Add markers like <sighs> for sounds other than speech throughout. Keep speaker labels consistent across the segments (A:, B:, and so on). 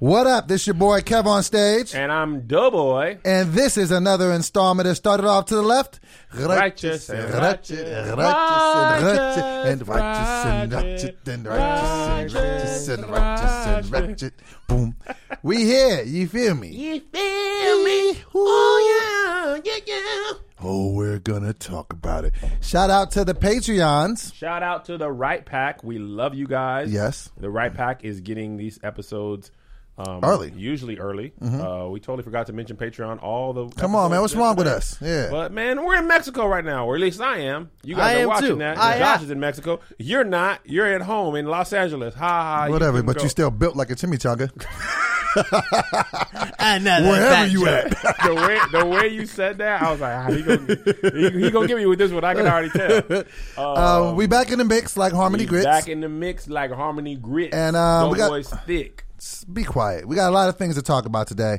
A: What up? This your boy Kev on stage.
B: And I'm Doughboy.
A: And this is another installment of Started Off to the Left.
B: Righteous and
A: righteous and righteous and righteous and righteous and righteous and righteous and righteous and righteous. Boom. We here. You feel me?
B: You feel me? Oh, yeah. Yeah, yeah.
A: Oh, we're gonna talk about it. Shout out to the Patreons.
B: Shout out to the Right Pack. We love you guys.
A: Yes.
B: The Right Pack is getting these episodes um,
A: Early. Mm-hmm.
B: Usually early. Uh, we totally forgot to mention Patreon. All the
A: Come on, man. What's
B: episodes
A: wrong with us?
B: yesterday.
A: Yeah.
B: But man, we're in Mexico right now, or at least I am. You guys
C: I
B: are
C: am
B: watching
C: too.
B: that.
C: I
B: Josh
C: am.
B: is in Mexico. You're not. You're at home in Los Angeles. Ha ha.
A: Whatever,
B: couldn't
A: but
B: go.
A: you still built like a chimichanga.
C: <laughs>
A: <laughs>
C: Another
A: Wherever <laughs>
C: fat
A: you
C: joke.
A: at.
B: the way the way you said that, I was like, ah, he gonna, he, he gonna get me with this one. I can already
A: <laughs>
B: tell.
A: Uh, we back in the mix like Harmony
B: He's
A: Grits.
B: back in the mix like Harmony Grits.
A: And, uh, we got-
B: Doughboy's thick.
A: be quiet. We got a lot of things to talk about today.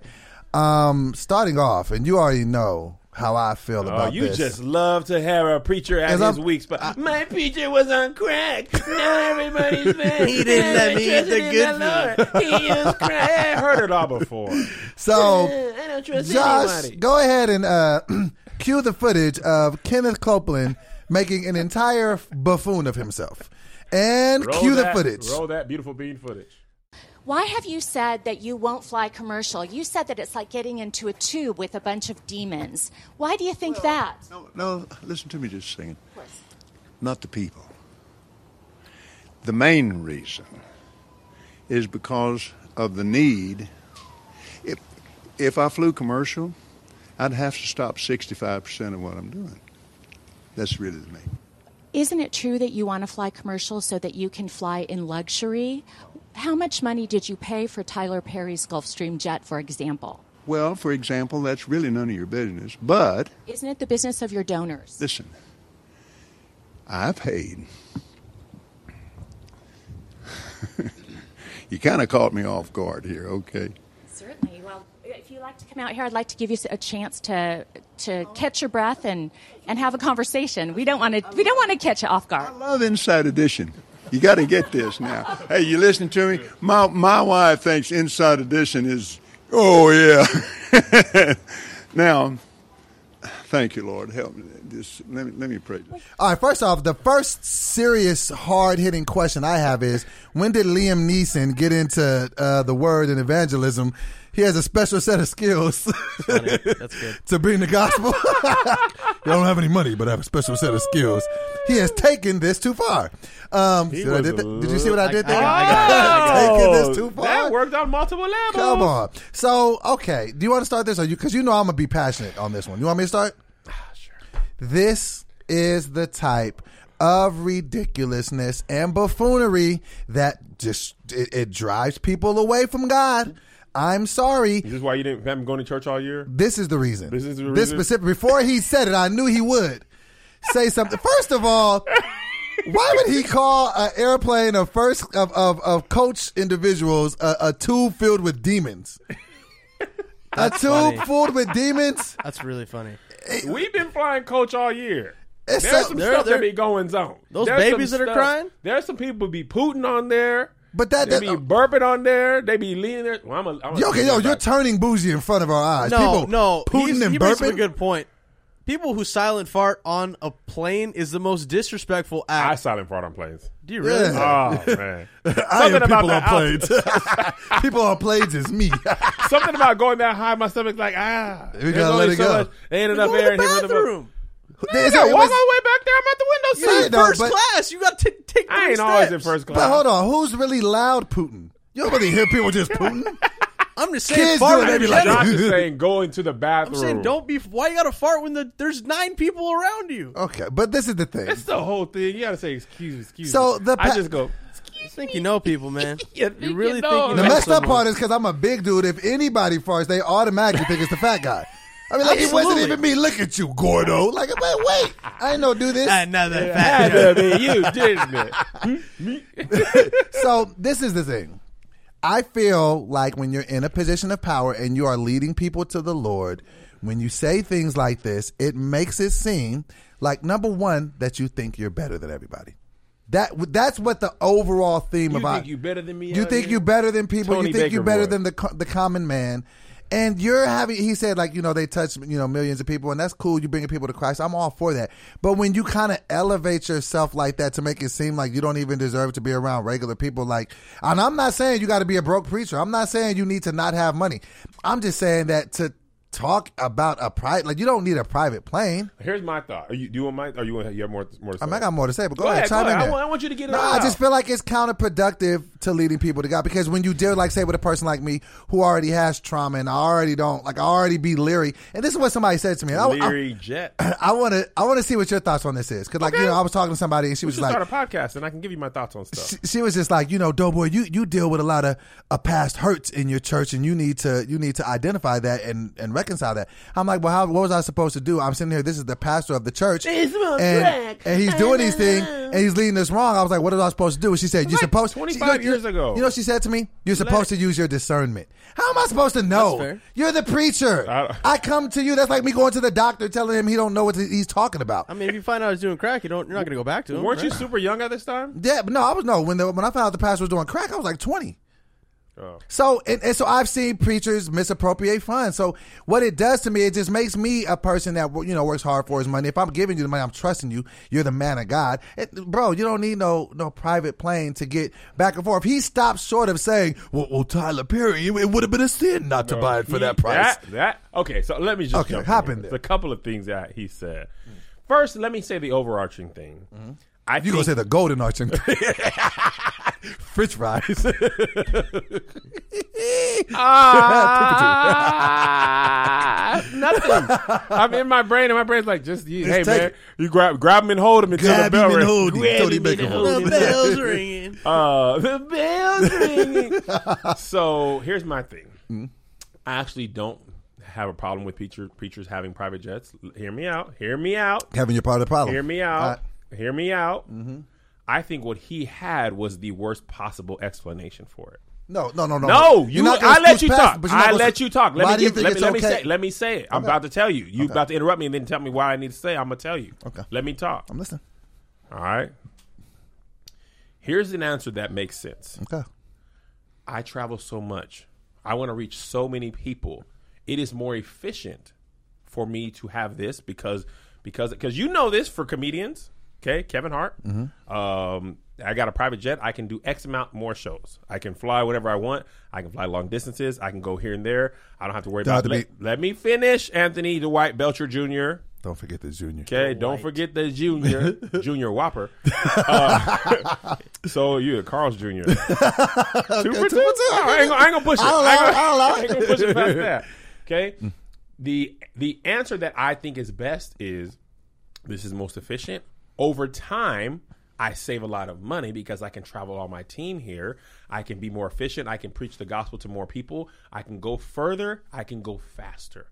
A: Um, starting off, and you already know how I feel
B: Oh,
A: about
B: you
A: this.
B: just love to have a preacher at
A: As
B: his
A: I'm-
B: weeks, but my preacher was on crack. Now everybody's mad.
C: He didn't let me eat the good
B: food. He used crack. I heard it all before.
A: so,
B: <laughs> I don't trust
A: Josh,
B: anybody.
A: go ahead and uh, <clears throat> cue the footage of Kenneth Copeland making an entire buffoon of himself, and
B: Roll
A: cue
B: that-
A: the footage.
B: Roll that beautiful bean footage.
D: Why have you said that you won't fly commercial? You said that it's like getting into a tube with a bunch of demons. Why do you think that?
E: No, no, listen to me just a second. Not the people. The main reason is because of the need. If, if I flew commercial, I'd have to stop 65% of what I'm doing. That's really the main.
D: Isn't it true that you want to fly commercial so that you can fly in luxury? How much money did you pay for Tyler Perry's Gulfstream jet, for example?
E: Well, for example, that's really none of your business, but
D: Isn't it the business of your donors?
E: Listen, I paid. <laughs> you kind of caught me off guard here, okay?
D: Certainly. Well, if you like to come out here, I'd like to give you a chance to to catch your breath and, and have a conversation. We don't want to we don't want to catch you off guard.
E: I love Inside Edition. You got to get this now. Hey, you listening to me? My my wife thinks Inside Edition is oh yeah. <laughs> now, thank you, Lord, help me. Just let me let me pray.
A: All right, first off, the first serious, hard hitting question I have is when did Liam Neeson get into uh, the word and evangelism? He has a special set of skills <laughs>
C: That's good.
A: to bring the gospel. <laughs> you don't have any money, but I have a special set of skills. He has taken this too far. Um, see what I
B: was
A: did,
B: l-
A: th- did you see what I did
C: I
A: there?
C: got- I got- I got- Oh,
A: Taking this too far.
B: Oh, That worked on multiple levels.
A: Come on. So, okay, do you want to start this? Or you? Because you know I'm gonna be passionate on this one. You want me to start? This is the type of ridiculousness and buffoonery that just it, it drives people away from God. I'm sorry.
B: Is this why you didn't have him going to church all year?
A: This is the reason.
B: This is the
A: This
B: reason?
A: specific. Before he said it, I knew he would say something. First of all. Why would he call an airplane of first of, of, of coach individuals a, a tube filled with demons? A
C: That's
A: tube
C: funny.
A: filled with demons?
C: That's really funny.
B: We've been flying coach all year.
A: It's
B: There's
A: so-
B: some
C: There-
B: stuff
C: there-
B: that be going on.
C: Those
B: There's
C: babies
B: some
C: that are
B: stuff-
C: crying?
B: There's some people be pooting on there.
A: But that-
B: they
A: that-
B: be burping on there. They be leaning there. Well, I'm a, I'm a
A: Yo, okay, yo, you're turning bougie in front of our eyes.
C: No,
A: People
C: no.
A: Putin
C: he's-
A: and
C: he makes a
A: burping.
C: good point. People who silent fart on a plane is the most disrespectful
B: I
C: act.
B: silent fart on planes.
C: Do you really?
A: <laughs> Yeah.
B: Oh man,
A: I am
B: Something about
A: people on
B: that
A: planes. people on planes <laughs> is
B: <laughs>
A: me.
B: something about going that high. My stomach's like ah.
A: We gotta
B: there's only
A: let it go.
B: Much, ain't enough
C: Go to
B: air
C: the
B: in here. for the-
C: bathroom.
A: Is
B: Yeah,
A: that-
B: walk all
A: was-
B: the way back there. I'm at the
A: Yeah,
B: window
C: You're
B: seat.
C: in
A: no,
C: first
A: but-
C: class. You got to take.
B: I ain't
C: three
B: always in
C: steps.
B: first class.
A: but hold on, who's really loud Putin? You don't really hear people just Putin.
C: I'm just
A: Kids
C: saying, fart.
A: do it, they
C: in
A: be like-
C: general.
B: Josh is saying going
A: <laughs>
B: to the
C: I'm
B: bathroom.
C: saying, don't be. Why you got to fart when the, there's nine people around you?
A: Okay, but this is the thing.
B: It's the whole thing. You gotta say excuse me, excuse
A: So
B: me.
A: the pa-
B: I
A: <laughs>
B: just go.
C: You think you know people, man?
B: You
C: you,
B: think you
C: really
B: know
A: The
C: think
B: them.
C: you know
A: messed up
C: someone.
A: part is because I'm a big dude. If anybody farts, they automatically think it's the fat guy. I mean, like it wasn't
C: Absolutely.
A: even me. Look at you, Gordo. Like, wait, wait, I ain't no do this.
C: Another
B: Had
C: fat joke.
B: to be you, didn't
A: <laughs>
B: it?
A: so this is the thing. I feel like when you're in a position of power and you are leading people to the Lord, when you say things like this, it makes it seem like number one that you think you're better than everybody. That that's what the overall theme
B: You
A: about.
B: think you better than me
A: You
B: out
A: think
B: here?
A: you better than people.
B: Tony
A: you think
B: Baker
A: you better
B: boy.
A: than the co- the common man. And you're having, he said, like you know, they touch you know millions of people, and that's cool. You bringing people to Christ. I'm all for that. But when you kind of elevate yourself like that to make it seem like you don't even deserve to be around regular people, like, and I'm not saying you got to be a broke preacher. I'm not saying you need to not have money. I'm just saying that to talk about a private, like you don't need a private plane.
B: Here's my thought. Are you do you want my? Are you want you have more more? To
A: I, mean, I
B: say?
A: got more to say, but go,
B: Go
A: ahead,
B: ahead, go
A: chime in
B: ahead. I
A: there.
B: want- I want you to get it
A: No,
B: all
A: I just
B: out.
A: feel like it's counterproductive to leading people to God because when you deal, like, say, with a person like me who already has trauma and I already don't, like, I already be leery. And this is what somebody said to me. And I,
B: Leary Jet.
A: I, I want to, I want to see what your thoughts on this is because, like, you know, I was talking to somebody and she was
B: Just
A: like,
B: start a podcast, and I can give you my thoughts
A: <laughs>
B: on stuff.
A: she, she was just like, you know, Doughboy, you, you deal with a lot of uh, past hurts in your church, and you need to you need to identify that and, and reconcile that. I'm like, well, how, what was I supposed to do? I'm sitting here. This is the pastor of the church, and, and he's doing these things, and he's leading us wrong. I was like, what was I supposed to do? And she said, you're
B: like
A: supposed
B: 25
A: you know,
B: years ago.
A: You know, what she said to me, you're supposed to use your discernment. How am I supposed to
C: That's
A: know?
C: fair.
A: You're the preacher.
B: I-
A: I, come to you. That's like me going to the doctor telling him he don't know what he's talking about.
C: I mean, if you find out he's doing crack, you don't. You're not gonna go back to him.
B: Weren't you
C: right?
B: super young at this time?
A: Yeah, but no, I was no when the, when I found out the pastor was doing crack, I was like twenty.
B: Oh.
A: So and, and so I've seen preachers misappropriate funds. So what it does to me, it just makes me a person that you know works hard for his money. If I'm giving you the money, I'm trusting you. You're the man of God, It- bro. You don't need no no private plane to get back and forth. He stops short of saying, "Well, well Tyler Perry, it, it would have been a sin not to buy it for
B: He-
A: that price."
B: That, that- okay. So let me just
A: Okay,
B: jump
A: hop
B: in.
A: in
B: There's
A: there.
B: a couple of things that he said. First, let me say the overarching thing. I
A: Mm-hmm. you
B: think,
A: gonna say the golden arch and <laughs> French fries? <laughs>
C: <laughs>
B: Ah,
A: <laughs>
B: nothing. <laughs> I'm in my brain, and my brain's like, just you, hey
A: take
B: man,
A: it.
B: you grab grab him and hold him until the
A: Grab
B: bell
A: him and
B: rings.
A: hold him.
B: Grab
A: Tony
B: him and
A: Baker.
B: hold him.
C: <laughs> The bell's ringing.
B: Uh, the bell's
A: <laughs>
B: ringing. so here's my thing.
A: Mm-hmm.
B: I actually don't have a problem with preacher, preachers having private jets. L- Hear me out. Hear me out.
A: Having your part of the problem.
B: Hear me out. Hear me out.
A: Mm-hmm.
B: I think what he had was the worst possible explanation for it.
A: No, no, no, no.
B: No,
A: Uh, You're
B: you.
A: not gonna
B: I let
A: scooch
B: you
A: past
B: talk.
A: it, but you're not
B: I
A: gonna
B: let
A: sc-
B: you talk. Let
A: Why
B: me
A: do you
B: give,
A: think
B: let, me,
A: it's
B: let me
A: okay?
B: say. Let me say it. I'm about to tell you. You about to interrupt me and then tell me why I need to say. it. I'm gonna tell you.
A: Okay.
B: Let me talk.
A: I'm listening.
B: All right. Here's an answer that makes sense.
A: Okay.
B: I travel so much. I want to reach so many people. It is more efficient for me to have this because because because you know this for comedians. Okay, Kevin Hart.
A: Mm-hmm.
B: Um, I got a private jet. I can do X amount more shows. I can fly whatever I want. I can fly long distances. I can go here and there. I don't have to worry
A: Don't
B: about.
A: have to
B: Let, let me finish, Anthony Dwight Belcher Jr.
A: Don't forget the junior.
B: Okay, don't forget the junior, <laughs> junior whopper. Uh, <laughs> so you, Carl's <laughs> Jr. two for two.
A: two.
B: All right, I ain't gonna- I ain't gonna push it.
A: I'll
B: I
A: allow
B: ain't
A: it,
B: gonna-
A: I'll allow
B: I ain't gonna push it Mm. past that. <laughs> Okay. The the answer that I think is best is this is most efficient. Over time, I save a lot of money because I can travel all my team here. I can be more efficient. I can preach the gospel to more people. I can go further. I can go faster.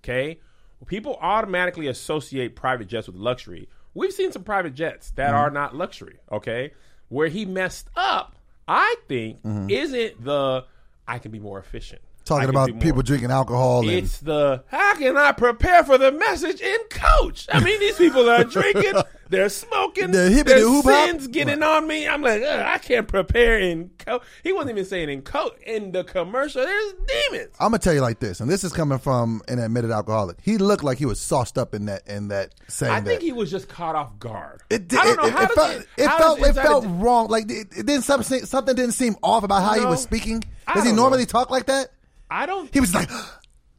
B: Okay? People automatically associate private jets with luxury. We've seen some private jets that
A: Mm-hmm.
B: are not luxury, okay? Where he messed up, I think, isn't the I can be more efficient. I
A: Mm-hmm. Talking
B: can
A: about
B: do more.
A: people drinking alcohol and
B: It's the how can I prepare for the message in coach? I mean, these
A: <laughs>
B: people are drinking, they're smoking,
A: The hippity
B: their
A: hoop hop.
B: sins getting on me. I'm like, "Ugh, I can't prepare in coach. He wasn't even saying in coach in the commercial. There's demons.
A: I'm gonna tell you like this, and this is coming from an admitted alcoholic. He looked like he was sauced up in that in that saying
B: I think
A: that.
B: he was just caught off guard.
A: It, did,
B: I don't know
A: it,
B: how
A: it
B: does
A: felt.
B: it,
A: It
B: how
A: felt.
B: does
A: It felt
B: inside
A: wrong. Like it, it didn't something. Something didn't seem off about how he
B: No.
A: was speaking.
B: I
A: Does he
B: don't know.
A: normally talk like that?
B: a- I don't.
A: He was like, <gasps>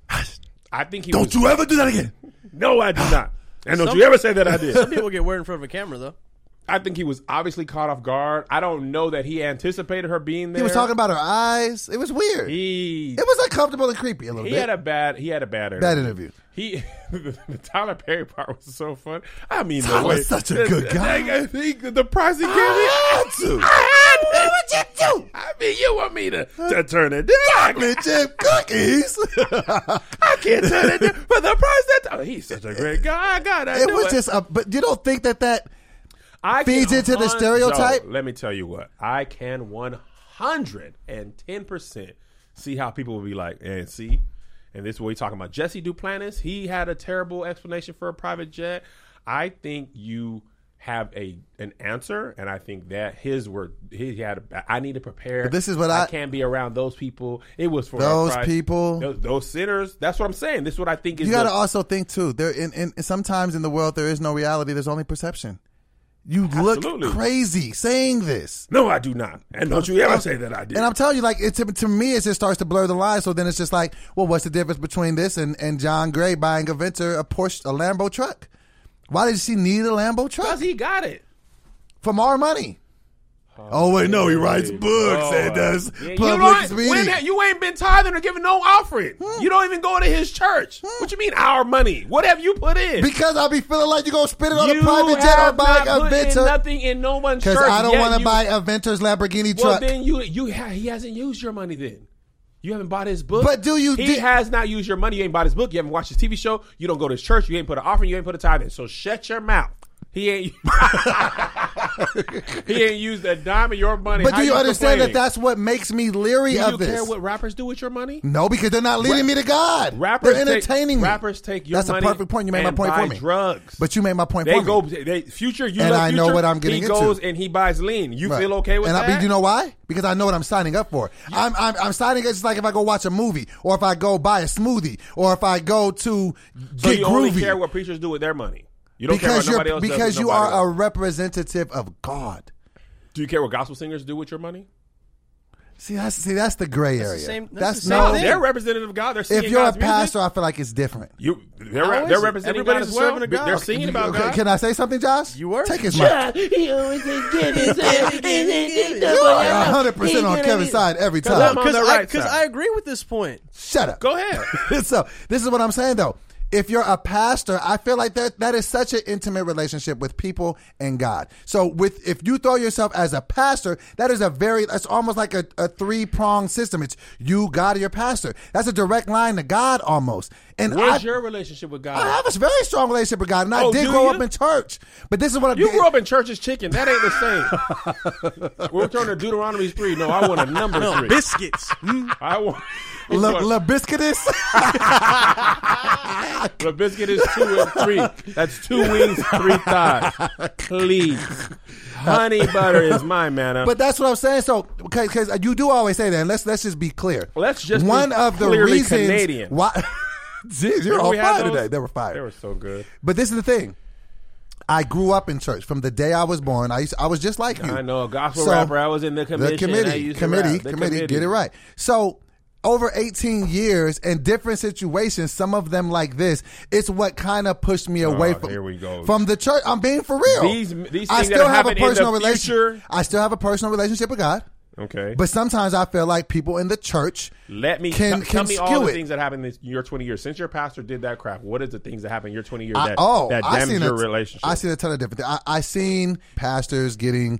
B: I think he.
A: "Don't
B: was,
A: you ever do that again."
B: No, I do not.
A: <sighs>
B: And don't
C: Some-
B: you ever say that I did.
C: Some people get weird in front of a camera though.
B: I think he was obviously caught off guard. I don't know that he anticipated her being there.
A: He was talking about her eyes. It was weird.
B: He.
A: it was uncomfortable and creepy a little
B: He
A: bit.
B: had a bad. He had a bad interview.
A: Bad interview.
B: He <laughs> the Tyler Perry part was so fun. I mean, the way,
A: Tyler's such a good guy.
B: Like, I think that the price he gave me.
A: I had to.
B: I had to.
A: What would you do?
B: I mean, you want me to, to turn it down?
A: Chocolate chip cookies.
B: <laughs> I can't turn it down for the price that oh, he's such a great guy. I gotta
A: it
B: do
A: was just a. But you don't think that that.
B: I
A: feeds
B: can
A: into the
B: hun-
A: stereotype?
B: Yo, let me tell you what I can one hundred and ten percent see how people will be like and see, and this is what we talking about. Jesse Duplantis, he had a terrible explanation for a private jet. I think you have a an answer, and I think that his were he had. A, I need to prepare.
A: this is what I-
B: can't be around those people. It was for
A: Those
B: Christ.
A: people.
B: those, those sinners. That's what I'm saying. This is what I think is.
A: You got to
B: the-
A: also think too. There, in, in sometimes in the world, there is no reality. There's only perception. You
B: Absolutely.
A: look crazy saying this,
B: no, I do not, and don't you ever say that I did.
A: and I'm telling you, like it to, to me, it just starts to blur the line. So then it's just like, well, what's the difference between this and, and John Gray buying a Venture, a Porsche, a Lambo truck? Why did she need a Lambo truck
B: because he got it.
A: from our money? Oh wait, no, he writes books and does public
B: you, don't- when that-
A: speaking. Hmm.
B: you ain't been tithing or giving no offering. You don't even go to his church. What you mean our money? What have you put in?
A: Because I be feeling like you're gonna spend it on
B: you
A: a private jet or
B: have
A: buying
B: not
A: a
B: put in
A: Venture.
B: nothing in no one's church.
A: Because I don't
B: yet
A: want to
B: you-
A: buy a Venture's Lamborghini
B: Well,
A: truck.
B: then you you ha- he hasn't used your money then. You haven't bought his book.
A: But do you-
B: He
A: di-
B: has not used your money. You ain't bought his book. You haven't watched his TV show. You don't go to his church. You ain't put an offering. You ain't put a tithe in. So shut your mouth. He ain't. <laughs> he ain't used a dime of your money.
A: But
B: How
A: do you understand that
B: complaining?
A: that's what makes me leery
B: Do
A: of
B: you
A: this?
B: care what rappers do with your money?
A: no, because they're not leading me to God.
B: Rappers
A: they're entertaining
B: take,
A: me.
B: Rappers take your
A: That's
B: money
A: a perfect point. You made my
B: and
A: point
B: buy
A: for me.
B: Drugs,
A: But you made my point
B: they
A: for
B: go
A: me.
B: they, future. You
A: And
B: love
A: I know
B: Future,
A: what I'm getting
B: He
A: into.
B: goes and he buys lean. You
A: Right.
B: feel okay with
A: and
B: that?
A: I, but you know why? Because I know what I'm signing up for. I'm, I'm I'm signing up just like if I go watch a movie, or if I go buy a smoothie, or if I go to
B: so
A: get
B: you
A: groovy.
B: only care what preachers do with their money. You don't
A: because
B: care what nobody
A: you're
B: else
A: because
B: does with
A: you are
B: nobody
A: a
B: else.
A: representative of God.
B: Do you care what gospel singers do with your money?
A: See that's see that's the gray area.
C: same- that's the same
A: no.
B: No,
C: thing.
B: Oh, they're representative of God. They're singing
A: If you're a
B: God's music.
A: pastor, I feel like it's different.
B: you they're,
C: How is
B: they're
C: it?
B: representing God
C: Everybody's a
B: as well.
C: servant of God.
B: They're singing about
A: Okay,
B: God.
A: Can I say something, Josh?
C: You were.
A: take his mic. You are 100 percent on Kevin's side every time.
B: I'm on
C: Because
B: the
C: I,
B: right
C: 'cause
B: side.
C: I agree with this point.
A: Shut up. <laughs>
B: Go ahead.
A: so this is what I'm saying though. If you're a pastor, I feel like that that is such an intimate relationship with people and God. So with if you throw yourself as a pastor, that is a very that's almost like a, a three pronged system. It's you, God, and your pastor. That's a direct line to God almost. And I,
B: Where's your relationship with God?
A: I have a very strong relationship with God, and I
B: Oh,
A: did
B: do
A: grow
B: you?
A: up in church. But this is what I'm
B: You grew up in church's chicken. That ain't the
A: <laughs>
B: same. We're turning to Deuteronomy three. No, I want a number three.
C: Biscuits. Mm.
A: <laughs>
B: I want <laughs>
A: La, La Biscuitus.
B: The biscuit is two and three. That's
A: <laughs>
B: two wings, three thighs. Please, honey butter
A: <laughs>
B: is my manna.
A: But that's what I'm saying. So, because you do always say that. And let's let's just be clear.
B: Let's just be
A: one of the
B: clearly
A: reasons
B: Canadian.
A: why. <laughs> Jeez, you're
B: Remember
A: on
B: we had
A: fire
B: those?
A: today. They were fire.
B: They were so good.
A: but this is the thing. I grew up in church from the day I was born. I used, I was just like you.
B: I know a gospel
A: So-
B: rapper. I was in the commission.
A: the committee,
B: I used to
A: committee,
B: rap. The
A: committee, Get it right. So over 18 years and different situations, some of them like this, it's what kind of pushed me away from
B: Oh, here we go.
A: from the church. I'm being for real.
B: These- these
A: I
B: things that
A: still have a
B: happen in the
A: personal relationship.
B: future-
A: I still have a personal relationship with God.
B: Okay,
A: But sometimes I feel like people in the church
B: let me
A: can,
B: t-
A: can
B: tell me
A: skew
B: all the
A: it.
B: things that happened in your twenty years since your pastor did that crap. What is the things that happened in your twenty years
A: I-
B: that,
A: oh,
B: that
A: I
B: damaged
A: seen
B: your
A: a,
B: relationship?
A: I seen a ton of different. things. I, I seen pastors getting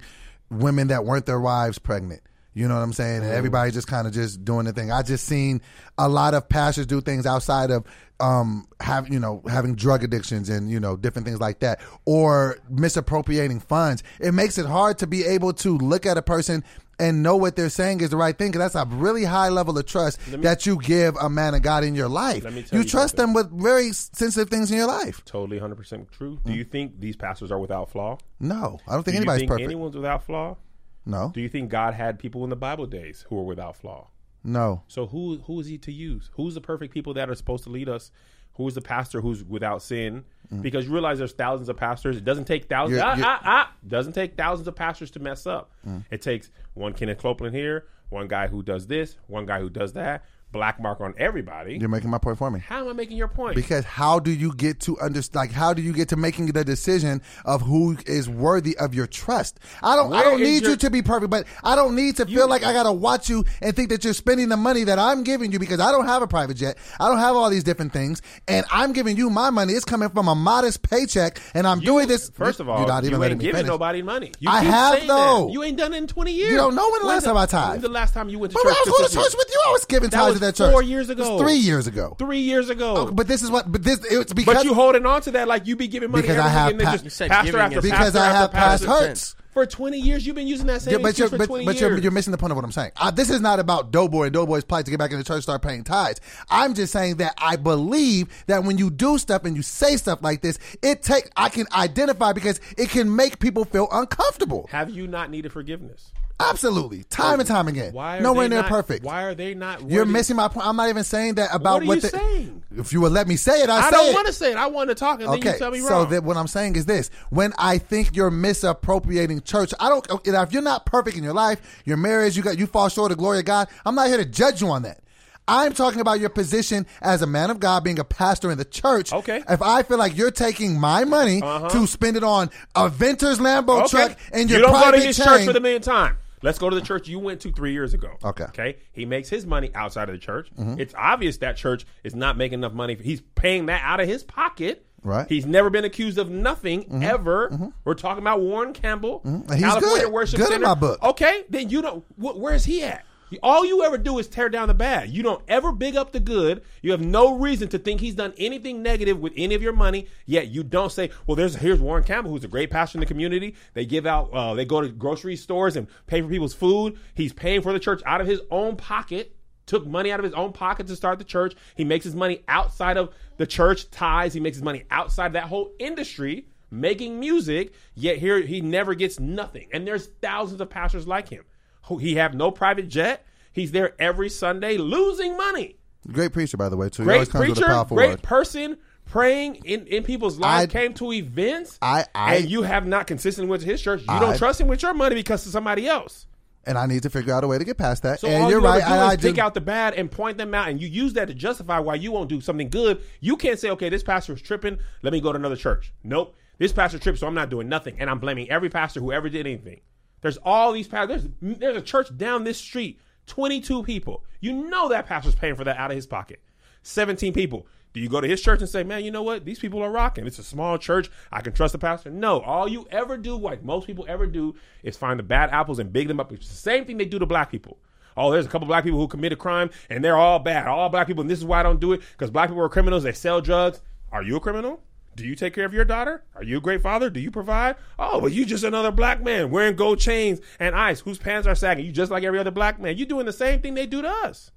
A: women that weren't their wives pregnant. You know what I'm saying?
B: Mm.
A: And everybody just kind of just doing the thing. I just seen a lot of pastors do things outside of um have you know having drug addictions and you know different things like that or misappropriating funds. It makes it hard to be able to look at a person and know what they're saying is the right thing because that's a really high level of trust that you give a man of God in your life.
B: Let me tell you
A: trust them
B: something.
A: with very sensitive things in your life.
B: totally, hundred percent true. Do you think these pastors are without flaw?
A: No, I don't
B: Do
A: think
B: you
A: Mm. anybody's
B: think
A: perfect.
B: anyone's without flaw?
A: no,
B: Do you think God had people in the Bible days who were without flaw?
A: no.
B: So who who is he to use? Who's the perfect people that are supposed to lead us? Who's the pastor who's without sin? Because you realize there's thousands of pastors. It doesn't take 1000s
A: Mm. You're- you're-
B: ah,
A: Mm.
B: ah, ah, doesn't take thousands of pastors to mess up. It takes one Kenneth Copeland here, one guy who does this, one guy who does that. Black mark on everybody.
A: You're making my point for me.
B: How am I making your point?
A: Because how do you get to understand? Like, how do you get to making the decision of who is worthy of your trust? I don't. I
B: Where
A: don't
B: is
A: need
B: your-
A: you to be perfect, but I don't need to feel like I gotta watch you and think that you're spending the money that I'm giving you because I don't have a private jet. I don't have all these different things, and I'm giving you my money. It's coming from a modest paycheck, and I'm doing this.
B: First of all,
A: you're not even
B: you
A: letting
B: ain't
A: me
B: giving
A: finish.
B: nobody money. You
A: I
B: keep
A: have,
B: saying that.
A: though.
B: You ain't done it in twenty years.
A: You don't know when the last
B: When's
A: time I
B: When's
A: tithed.
B: the last time you went to
A: But when
B: church?
A: I was going to
B: consistently?
A: church with you, I was giving
B: That
A: tithes at
B: was
A: that church.
B: four years
A: It was
B: ago.
A: three years ago.
B: Three years ago.
A: Oh, But this is what. But this it's because
B: But you holding on to that like you be giving money
A: Because
B: every
A: I have
B: weekend and
A: pa-
B: just
A: You
C: said
B: pastor
C: giving
B: after
C: is-
A: because
B: pastor
A: I
B: after
A: have past
B: pastor.
A: hurts.
B: For 20 years, you've been using that same
A: Yeah, but
B: excuse
A: you're,
B: for
A: but,
B: 20
A: but
B: years.
A: you're, you're missing the point of what I'm saying. Uh, this is not about Doughboy and Doughboy's plight to get back in the church and start paying tithes. I'm just saying that I believe that when you do stuff and you say stuff like this, it take I can identify because it can make people feel uncomfortable.
B: Have you not needed forgiveness?
A: Absolutely, time and time again.
B: Why are
A: Nowhere
B: they
A: near
B: not,
A: perfect.
B: Why are they not?
A: You're
B: worthy-
A: missing my point. I'm not even saying that about
B: What are
A: what,
B: you
A: the,
B: saying?
A: If you would let me say it, I,
B: I
A: say
B: don't
A: it.
B: want to say it. I want to talk, and then you tell me
A: So
B: wrong.
A: that what I'm saying is this: when I think you're misappropriating church, I don't. okay, Now, if you're not perfect in your life, your marriage, you got you fall short of the glory of God. I'm not here to judge you on that. I'm talking about your position as a man of God, being a pastor in the church.
B: Okay. Uh-huh.
A: If I feel like you're taking my money to spend it on a Venters Lambo truck and your
B: you don't go
A: private
B: to his
A: chain,
B: church for the millionth time. Let's go to the church you went to three years ago.
A: Okay. Mm-hmm.
B: Okay. He makes his money outside of the church. It's obvious that church is not making enough money. He's paying that out of his pocket.
A: Right. Mm-hmm.
B: He's never been accused of nothing ever. We're talking about Warren Campbell,
A: He's
B: California
A: good.
B: Worship
A: Good in
B: Center.
A: my book.
B: Okay. Then you don't. Wh- where is he at? All you ever do is tear down the bad. You don't ever big up the good. You have no reason to think he's done anything negative with any of your money. Yet you don't say, "Well, there's here's Warren Campbell, who's a great pastor in the community. They give out, uh, they go to grocery stores and pay for people's food. He's paying for the church out of his own pocket. Took money out of his own pocket to start the church. He makes his money outside of the church ties. He makes his money outside of that whole industry." Making music, yet here he never gets nothing. And there's thousands of pastors like him who he have no private jet. He's there every Sunday losing money.
A: great preacher, by the way, too. He
B: Great
A: always comes with a
B: preacher,
A: powerful
B: great
A: word.
B: person, praying in, in people's lives,
A: I-
B: came to events,
A: I- I-
B: and you have not consistently went to his church. You don't
A: I-
B: trust him with your money because of somebody else.
A: and I need to figure out a way to get past that.
B: So
A: and
B: all
A: you're
B: you
A: right.
B: ever do
A: and
B: is
A: I
B: pick
A: do-
B: out the bad and point them out, and you use that to justify why you won't do something good. You can't say, "Okay, this pastor is tripping. Let me go to another church." Nope, this pastor tripped, so I'm not doing nothing, and I'm blaming every pastor who ever did anything. There's all these pastors. There's, there's a church down this street, 22 people. You know that pastor's paying for that out of his pocket. 17 people. Do you go to his church and say, man, you know what? These people are rocking. It's a small church. I can trust the pastor. No, all you ever do, like most people ever do, is find the bad apples and big them up. It's the same thing they do to black people. Oh, there's a couple black people who commit a crime and they're all bad. All black people, and this is why I don't do it because black people are criminals. They sell drugs. Are you a criminal? Do you take care of your daughter? Are you a great father? Do you provide? Oh, well, you just another black man wearing gold chains and ice whose pants are sagging. You just like every other black man. You doing the same thing they do to us.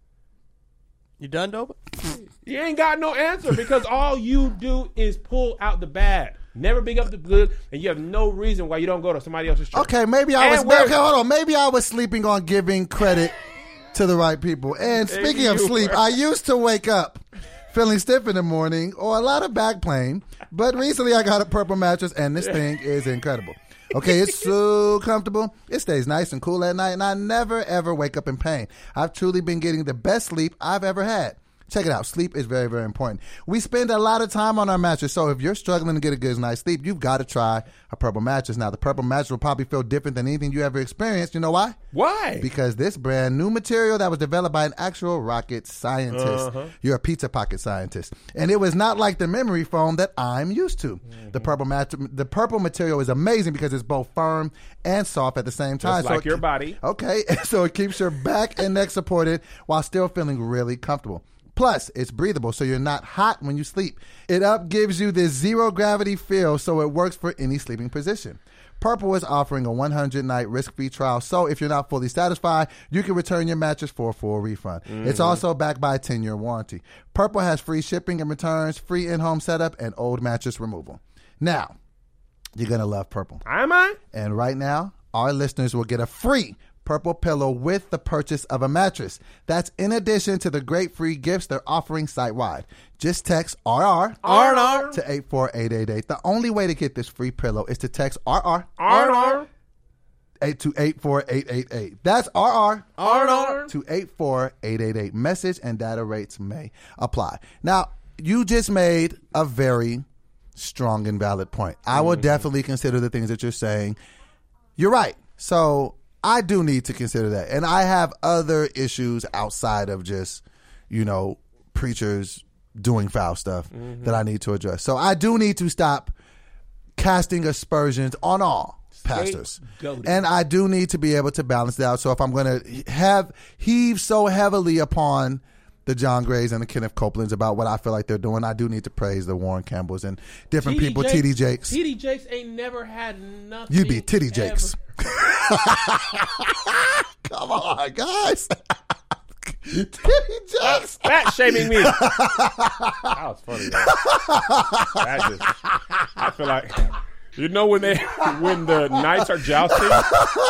C: You done, Doba?
B: You ain't got no answer because all you do is pull out the bad. Never big up the good, and you have no reason why you don't go to somebody else's church.
A: Okay, maybe I was.
B: And where-
A: Okay, hold on. Maybe I was sleeping on giving credit to the right people. And
B: Maybe
A: speaking of
B: you
A: sleep,
B: were.
A: I used to wake up feeling stiff in the morning or a lot of back pain. But recently, I got a purple mattress, and this thing is incredible. Okay, it's so comfortable. It stays nice and cool at night, and I never ever wake up in pain. I've truly been getting the best sleep I've ever had. Check it out. Sleep is very, very important. We spend a lot of time on our mattress. So if you're struggling to get a good night's sleep, you've got to try a purple mattress. Now, the purple mattress will probably feel different than anything you ever experienced. You know why?
B: Why?
A: Because this brand new material that was developed by an actual rocket scientist. You're a pizza pocket scientist. And it was not like the memory foam that I'm used to. The purple mat- the purple material is amazing because it's both firm and soft at the same time.
B: like
A: it
B: your
A: ke-
B: body.
A: Okay, <laughs> so it keeps your back and neck supported while still feeling really comfortable. Plus, it's breathable, so you're not hot when you sleep. It up gives you this zero gravity feel, so it works for any sleeping position. Purple is offering a 100 night risk free trial, so if you're not fully satisfied, you can return your mattress for a full refund.
B: Mm-hmm.
A: It's also backed by a 10 year warranty. Purple has free shipping and returns, free in home setup, and old mattress removal. Now, you're gonna love purple.
B: Am I?
A: And right now, our listeners will get a free purple pillow with the purchase of a mattress. That's in addition to the great free gifts they're offering site wide. Just text RR
B: R&R.
A: to 84888. The only way to get this free pillow is to text RR
B: R&R.
A: eight to 84888. That's RR
B: R&R.
A: to 84888. Message and data rates may apply. Now, you just made a very strong and valid point. I will definitely consider the things that you're saying. You're right. So I do need to consider that. And I have other issues outside of just, you know, preachers doing foul stuff that I need to address. So I do need to stop casting aspersions on all pastors.
B: Scapegoating.
A: And I do need to be able to balance that out. So if I'm going to have heave so heavily upon the John Grays and the Kenneth Copelands about what I feel like they're doing. I do need to praise the Warren Campbells and different people, TD Jakes.
B: TD Jakes ain't never had nothing.
A: you be Titty
B: ever.
A: Jakes. <laughs> Come on, guys. <laughs> Titty Jakes.
B: Fat
A: <laughs>
B: shaming me. that was funny. though. That just, I feel like you know when they when the knights are jousting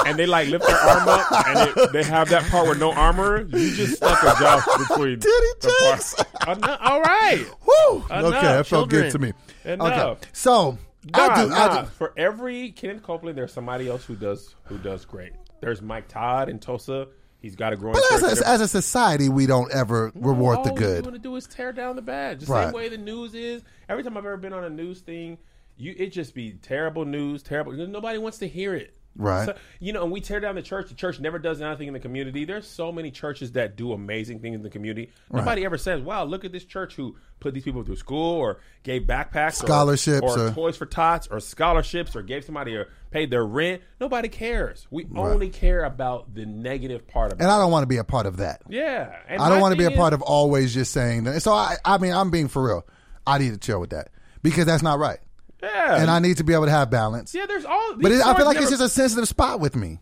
B: and they like lift their arm up and it, they have that part with no armor. You just stuck a joust between
A: Titty
B: the
A: Jakes.
B: parts. Eno- All right.
A: Woo!
B: Enough,
A: okay, that felt good
C: children.
A: to me.
B: Enough.
A: Okay, so
B: Nah,
A: I do. I
B: nah.
A: do.
B: For every Kenneth Copeland, there's somebody else who does who does great. There's Mike Todd in Tulsa. He's got a growing.
A: But as
B: church.
A: a, as a society, we don't ever reward
B: all
A: the
B: you
A: good.
B: want to do is tear down the bad. Just
A: Right.
B: same way the news is. Every time I've ever been on a news thing, you it just be terrible news, terrible. Nobody wants to hear it.
A: Right.
B: So, you know, and we tear down the church. The church never does anything in the community. There's so many churches that do amazing things in the community. Nobody ever says, "Wow, look at this church who put these people through school or gave backpacks, or-
A: Scholarships
B: or,
A: or-
B: toys for tots, or scholarships, or gave somebody or paid their rent." Nobody cares. We only care about the negative part of it.
A: And I don't want to be a part of that.
B: yeah, and
A: I don't
B: my
A: want to be
B: thing
A: a part
B: is-
A: of always just saying that. So I, I mean, I'm being for real. I need to chill with that because that's not right,
B: Yeah,
A: and I need to be able to have balance.
B: Yeah, there's all.
A: but it,
B: these
A: I
B: stories
A: feel like it's
B: never-
A: just a sensitive spot with me.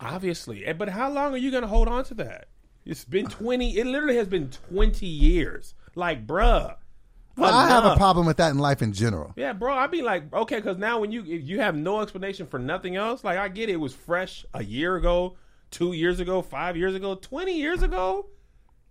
B: obviously. Eh, But how long are you going to hold on to that? It's been twenty. It literally has been twenty years. Like, bruh.
A: I have a
B: enough.
A: problem with that in life in general.
B: Yeah, bro. I'd be like, okay, because now when you if you have no explanation for nothing else, like I get it, it was fresh a year ago, two years ago, five years ago, twenty years ago.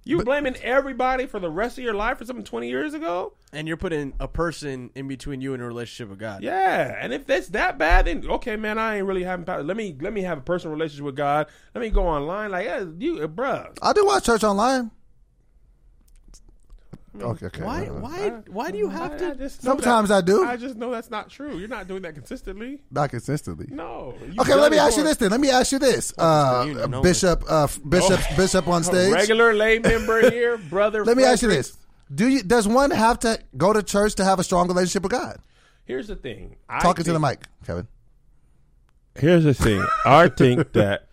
B: You blaming everybody for the rest of your life for something twenty years ago?
C: and you're putting a person in between you and a relationship with God.
B: Yeah, and if that's that bad, then okay, man, I ain't really having power. Let me let me have a personal relationship with God. Let me go online, like eh, you, eh, bruh.
A: I do watch church online. Okay, okay. uh,
C: Why?
A: whatever.
C: Why? Why do you have
B: I
C: to?
B: just know
A: Sometimes
B: that-
A: I do.
B: I just know that's not true. You're not doing that consistently.
A: Not consistently.
B: No. You
A: Okay, let
B: done
A: me
B: it
A: ask you
B: for
A: this then. Let me ask you this.
C: union
A: Uh,
C: only.
A: Bishop, uh, Bishop, Bishop
B: <laughs>
A: on
B: a
A: stage.
B: Oh. Regular lay member here, brother.
A: Let me ask you
B: Fredericks.
A: this: Do you does one have to go to church to have a strong relationship with God?
B: Here's the thing. I
A: Talking to the
B: think-
A: mic, Kevin.
B: Here's the thing. I think that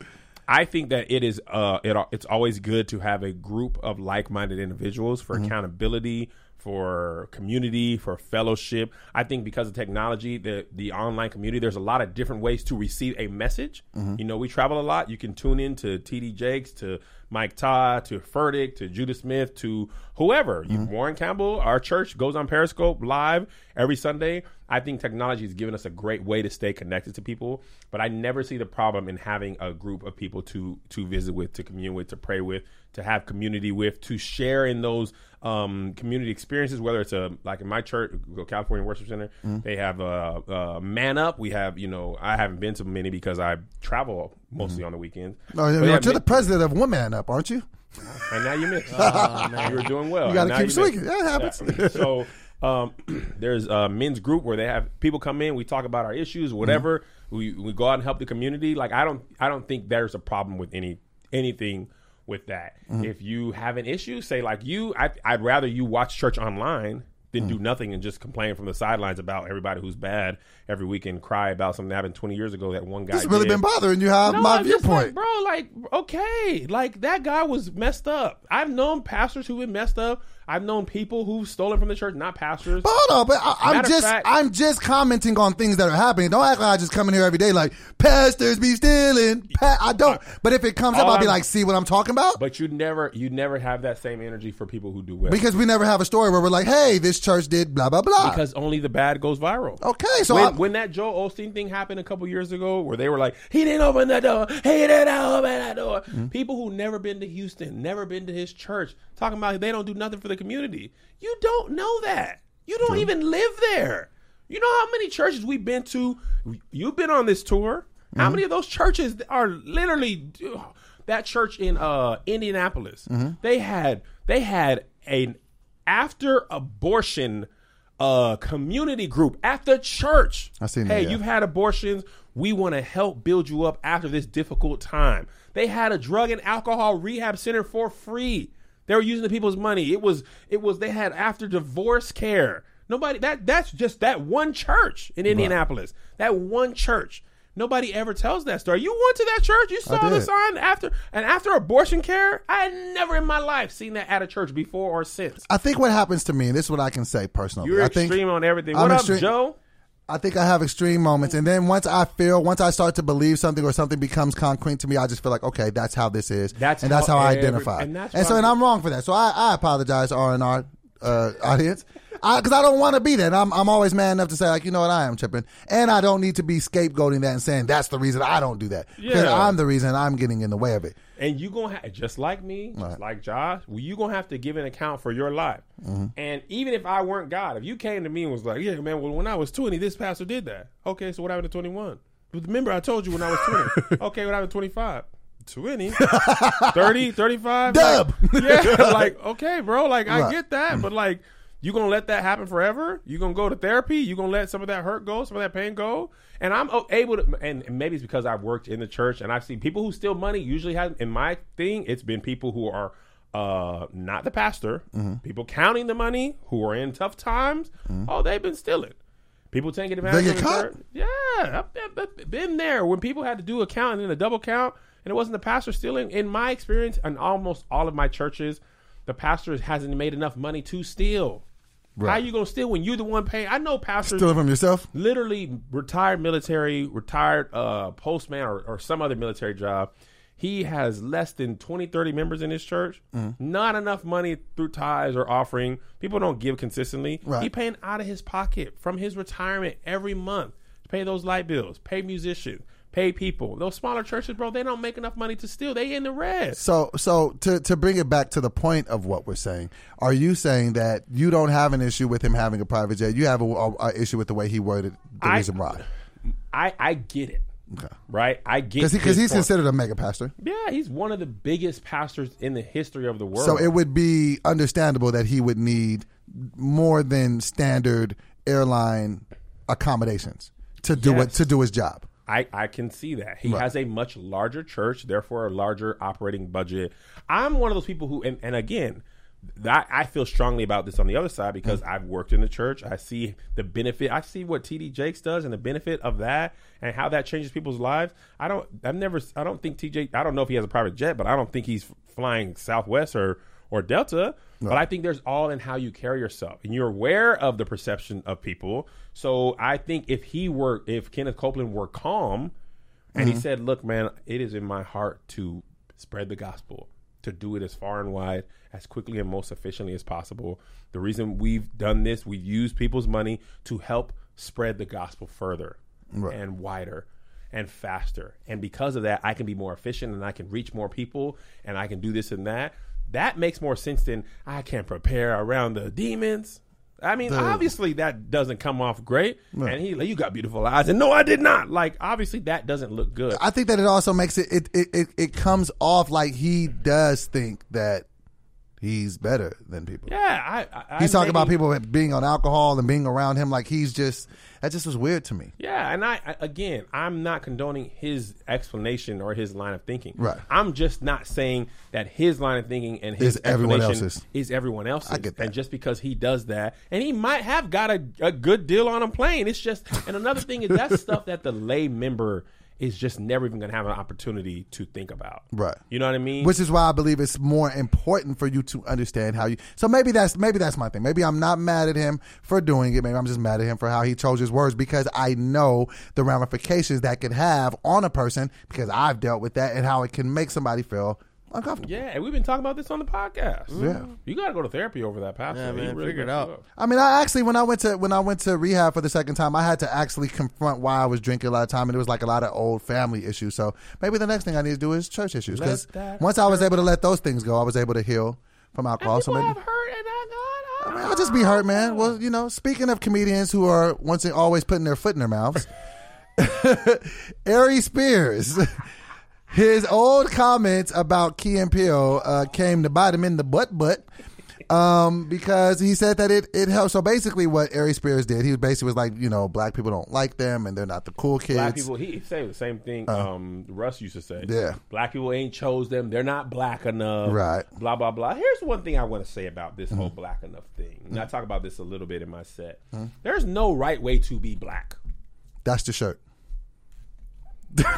B: I think that it is uh it al- it's always good to have a group of like-minded individuals for accountability, for community, for fellowship. I think because of technology, the the online community, there's a lot of different ways to receive a message. You know, we travel a lot. You can tune in to TD Jakes, to Mike Todd, to Furtick, to Judah Smith, to whoever. You, Warren Campbell, our church goes on Periscope live every Sunday. I think technology has given us a great way to stay connected to people, but I never see the problem in having a group of people to to visit with, to commune with, to pray with, to have community with, to share in those um, community experiences. Whether it's a like in my church, California Worship Center,
A: Mm-hmm.
B: they have a, uh man up. We have you know I haven't been to many because I travel mostly on the weekends.
A: Mm-hmm. No,
B: But
A: no,
B: they
A: no,
B: have
A: you're
B: ma-
A: the president of Women Up, aren't you?
B: <laughs> and now you missed. <laughs> you were doing well.
A: Oh, You gotta
B: Now
A: keep
B: missed.
A: swinging. That happens.
B: Yeah. so um, <clears throat> there's a men's group where they have people come in. We talk about our issues, whatever.
A: Mm-hmm.
B: We we go out and help the community. Like I don't I don't think there's a problem with any anything with that.
A: Mm-hmm.
B: If you have an issue, say like you, I, I'd rather you watch church online than
A: Mm-hmm.
B: do nothing and just complain from the sidelines about everybody who's bad every weekend, cry about something that happened 20 years ago that one guy.
A: It's really
B: did.
A: been bothering you how my
B: I'm just
A: viewpoint.
B: like, bro. Like, okay, like that guy was messed up. I've known pastors who've been messed up. I've known people who've stolen from the church, not pastors.
A: But hold on, but I, I'm
B: Matter of
A: just
B: fact-
A: I'm just commenting on things that are happening. Don't act like I just come in here every day like pastors be stealing. Pa-. I don't. But if it comes up,
B: All
A: I'll be
B: I'm-
A: like, see what I'm talking about.
B: But you never, you never have that same energy for people who do well
A: because we never have a story where we're like, hey, this church did blah blah blah.
B: Because only the bad goes viral.
A: okay, so I,
B: when, when that Joel Osteen thing happened a couple years ago, where they were like, "He didn't open that door. He didn't open that door."
A: Mm-hmm.
B: People who never been to Houston, never been to his church, talking about they don't do nothing for the community. You don't know that. You don't even live there. You know how many churches we've been to. You've been on this tour. How
A: Mm-hmm.
B: many of those churches are literally <sighs> that church in uh, Indianapolis?
A: Mm-hmm.
B: They had they had an after abortion uh, community group at the church.
A: I seen that,
B: Hey,
A: yeah.
B: you've had abortions. We want to help build you up after this difficult time. They had a drug and alcohol rehab center for free. They were using the people's money. It was it was they had after divorce care. Nobody that that's just that one church in Indianapolis. That one church. Nobody ever tells that story. You went to that church. You saw the
A: did.
B: sign after and after abortion care. I had never in my life seen that at a church before or since.
A: I think what happens to me, and this is what I can say personally.
B: You're
A: I
B: extreme
A: think
B: on everything.
A: I'm
B: What up,
A: extreme-
B: Joe?
A: I think I have extreme moments, and then once I feel, once I start to believe something or something becomes concrete to me, I just feel like, okay, that's how this is,
B: That's
A: and that's
B: how
A: how I
B: every-
A: identify,
B: and that's
A: so
B: why-
A: and I'm wrong for that. So I, I apologize, R and R uh, audience, because I, don't want to be that. I'm I'm always man enough to say like, you know what, I am tripping, and I don't need to be scapegoating that and saying that's the reason I don't do that because
B: Yeah.
A: I'm the reason I'm getting in the way of it.
B: and you gonna have just like me, just like Josh. Well, you gonna have to give an account for your life.
A: Mm-hmm.
B: And even if I weren't God, if you came to me and was like, "Yeah, man, well, when I was twenty, this pastor did that." Okay, so what happened at twenty-one? Remember, I told you when I was
A: <laughs>
B: twenty. okay, what happened at twenty-five? 20, 30, 35.
A: Dub.
B: Like,
A: <laughs>
B: yeah, like, okay, bro. Like, I
A: Right.
B: get that. But, like, you going to let that happen forever? You going to go to therapy? You going to let some of that hurt go, some of that pain go? And I'm uh, able to, and and maybe it's because I've worked in the church and I've seen people who steal money usually have, in my thing, it's been people who are uh not the pastor,
A: Mm-hmm.
B: people counting the money who are in tough times. Oh, they've been stealing. People taking advantage
A: get
B: of the
A: caught?
B: third- yeah, I've been, been- been there when people had to do a count and a double count, and it wasn't the pastor stealing. In my experience, and almost all of my churches, the pastor hasn't made enough money to steal. How you gonna steal when you're the one paying? I know pastors
A: Stealing from yourself,
B: literally retired military, retired uh, postman or, or some other military job. He has less than 20, 30 members in his church.
A: Mm-hmm.
B: Not enough money through tithes or offering. People don't give consistently.
A: Right.
B: He paying out of his pocket from his retirement every month to pay those light bills, pay musicians, pay people. Those smaller churches, bro, they don't make enough money to steal. They in the red.
A: So, so to to bring it back to the point of what we're saying, are you saying that you don't have an issue with him having a private jet? You have a, a- a issue with the way he worded the
B: I-
A: reason why,
B: I, I get it. Right? I
A: because
B: get his
A: he's
B: point.
A: considered a mega pastor.
B: Yeah, he's one of the biggest pastors in the history of the world.
A: So it would be understandable that he would need more than standard airline accommodations to do
B: Yes.
A: it to do his job.
B: I, I can see that. He has a much larger church, therefore a larger operating budget. I'm one of those people who and, and again, that I feel strongly about this on the other side because I've worked in the church. I see the benefit. I see what TD Jakes does and the benefit of that and how that changes people's lives. I don't I've never I don't think TJ I don't know if he has a private jet, but I don't think he's flying Southwest or or Delta. But I think there's all in how you carry yourself, and you're aware of the perception of people. So I think if he were, if Kenneth Copeland were calm, and he said, "Look, man, it is in my heart to spread the gospel, to do it as far and wide, as quickly and most efficiently as possible. The reason we've done this, we've used people's money to help spread the gospel further and wider." And faster, and because of that, I can be more efficient, and I can reach more people, and I can do this and that. That makes more sense than I can prepare around the demons. I mean, obviously that doesn't come off great. And he, like, you got beautiful eyes, and no, I did not. Like, obviously that doesn't look good.
A: I think that it also makes it it it, it, it comes off like he does think that he's better than people.
B: yeah, I. I
A: He's
B: I
A: talking about
B: maybe-
A: people being on alcohol and being around him. Like he's just that just was weird to me.
B: Yeah, and I I- again, I'm not condoning his explanation or his line of thinking.
A: Right.
B: I'm just not saying that his line of thinking and his
A: Is everyone
B: explanation
A: else's.
B: is everyone else's.
A: I get that.
B: And just because he does that, and he might have got a, a good deal on a plane. It's just, and another thing
A: <laughs>
B: is that's stuff that the lay member is just never even going to have an opportunity to think about.
A: Right.
B: You know what I mean?
A: which is why I believe it's more important for you to understand how you. So maybe that's maybe that's my thing. Maybe I'm not mad at him for doing it. Maybe I'm just mad at him for how he chose his words because I know the ramifications that could have on a person because I've dealt with that and how it can make somebody feel uncomfortable.
B: Yeah, and we've been talking about this on the podcast.
A: Yeah.
B: You got to go to therapy over that pastor.
C: Yeah,
B: He
C: man, figure it
B: messed
C: out.
B: you up.
A: I mean, I actually when I went to when I went to rehab for the second time, I had to actually confront why I was drinking a lot of time, and it was like a lot of old family issues. So maybe the next thing I need to do is church issues because
B: Let that
A: once I was able to let those things go, I was able to heal from alcohol. so
B: People
A: maybe
B: have hurt and I, I, I,
A: Man, I'll just be hurt, man. Well, you know, speaking of comedians who are once and always putting their foot in their mouths, Ari
B: <laughs>
A: Spears, his old comments about Key and Peele uh, came to bite him in the butt, butt. Um, because he said that it, it helped. So basically, what Ari Spears did, he basically was like, you know, black people don't like them and they're not the cool kids.
B: Black people, he he say the same thing. um, Russ used to say,
A: Uh-huh. Yeah.
B: black people ain't chose them. They're not black enough.
A: Right. Mm-hmm.
B: Blah blah blah. Here's one thing I want to say about this whole black enough thing. And I talk about this a little bit in my set. There's no right way to be black.
A: <laughs> That's the shirt.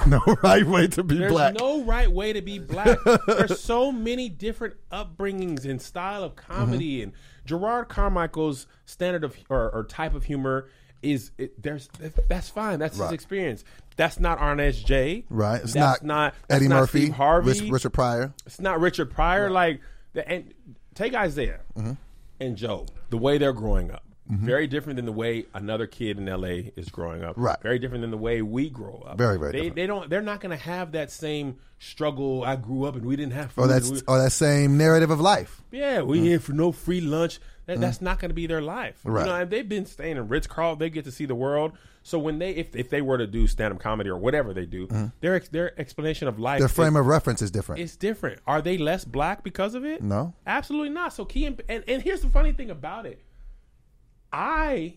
A: no right way to be
B: There's
A: black.
B: no right way to be black. There's so many different upbringings and style of comedy,
A: Mm-hmm.
B: and Gerard Carmichael's standard of or, or type of humor is it, there's that's fine. That's his
A: Right.
B: experience. That's not Ernest J.
A: right? It's
B: that's
A: not,
B: that's
A: Eddie
B: not
A: Murphy,
B: Steve Harvey,
A: Rich- Richard Pryor.
B: It's not Richard Pryor. Like the, and take Isaiah
A: Mm-hmm.
B: and Joe. The way they're growing up, very different than the way another kid in LA is growing up.
A: Right.
B: Very different than the way we grow up.
A: Very, very
B: They,
A: different.
B: they don't. They're not going to have that same struggle. I grew up and we didn't have. Food
A: Or Oh, that's
B: We-
A: or that same narrative of life.
B: yeah, we here for no free lunch. That, That's not going to be their life.
A: Mm-hmm. Right.
B: You know, and they've been staying in Ritz Carlton. They get to see the world. So when they, if, if they were to do stand up comedy or whatever they do, their ex their explanation of life,
A: Mm-hmm. Their frame
B: is,
A: of reference is different.
B: it's different. Are they less black because of it?
A: No.
B: absolutely not. So Key and and, and here's the funny thing about it. I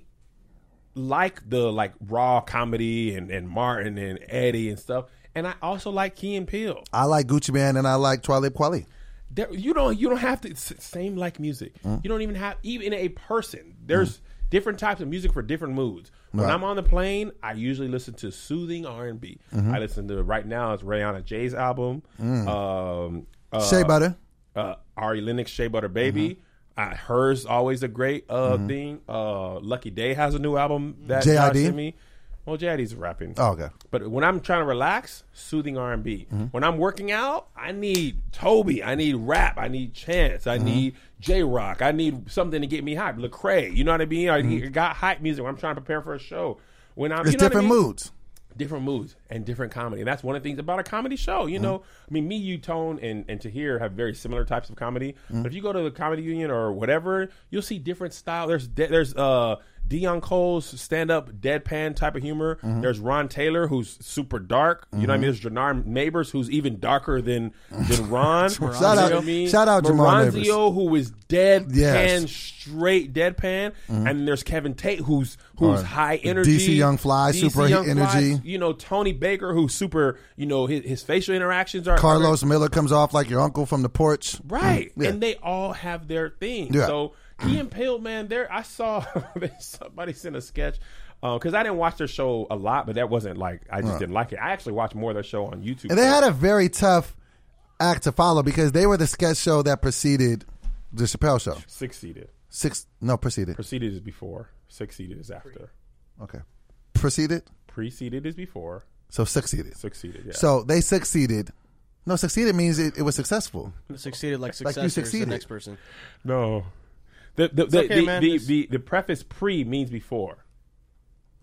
B: like the like raw comedy and and Martin and Eddie and stuff, and I also like Key and Peele.
A: I like Gucci Man and I like Twilight Quali.
B: There, you don't you don't have to s- same like music. You don't even have even a person. There's different types of music for different moods. When
A: Right.
B: I'm on the plane, I usually listen to soothing R and B. I listen to right now it's Rihanna Jay's album. Um, uh,
A: Shea Butter.
B: uh, Ari Lennox, Shea Butter
A: Mm-hmm.
B: Baby. Uh, hers always a great uh, thing. Uh, Lucky Day has a new album that
A: J.I.D.?
B: Josh sent me. Well, JID's rapping.
A: Oh, okay. Mm-hmm.
B: But when I'm trying to relax, soothing R and B. When I'm working out, I need Toby. I need rap. I need Chance.
A: Mm-hmm.
B: I need J Rock. I need something to get me hype. Lecrae. You know what I mean? I need- got hype music when I'm trying to prepare for a show. When I'm
A: Mm-hmm. It's
B: you know what I
A: different
B: mean?
A: moods.
B: different moods and different comedy. And that's one of the things about a comedy show.
A: Mm-hmm.
B: You know, I mean, me, you, Tone, and, and Tahir have very similar types of comedy.
A: Mm-hmm.
B: But if you go to the comedy union or whatever, you'll see different style. There's de- there's uh Dion Cole's stand up deadpan type of humor.
A: Mm-hmm.
B: There's Ron Taylor who's super dark. You know what I mean? There's Janar Neighbors who's even darker than
A: <laughs>
B: than Ron. shout
A: out- shout out Jamal Neighbors.
B: who is deadpan
A: Yes. Mm-hmm.
B: straight deadpan. And there's Kevin Tate who's who's
A: Or
B: high
A: DC
B: energy.
A: Young Fly, super
B: Young Fly,
A: energy.
B: you know Tony Baker, who's super, you know his, his facial interactions are
A: Carlos Miller comes off like your uncle from the porch.
B: right,
A: Yeah.
B: and they all have their thing.
A: Yeah.
B: So he and Pale Man, there I saw <laughs> somebody sent a sketch because I didn't watch their show a lot, but that wasn't like I just didn't like it. I actually watched more of their show on YouTube.
A: And they had a very tough act to follow because they were the sketch show that preceded the Chappelle show.
B: succeeded.
A: Six no preceded.
B: Proceeded is before. Succeeded is after.
A: Okay. Preceded?
B: Preceded is before.
A: So succeeded.
B: Succeeded. Yeah.
A: So they succeeded. No, succeeded means it, it was successful.
C: Succeeded like
A: you
C: success.
A: succeeded.
C: The next person.
B: no. The the the,
C: okay,
B: the,
C: man.
B: the,
C: It's-
B: the the preface pre means before.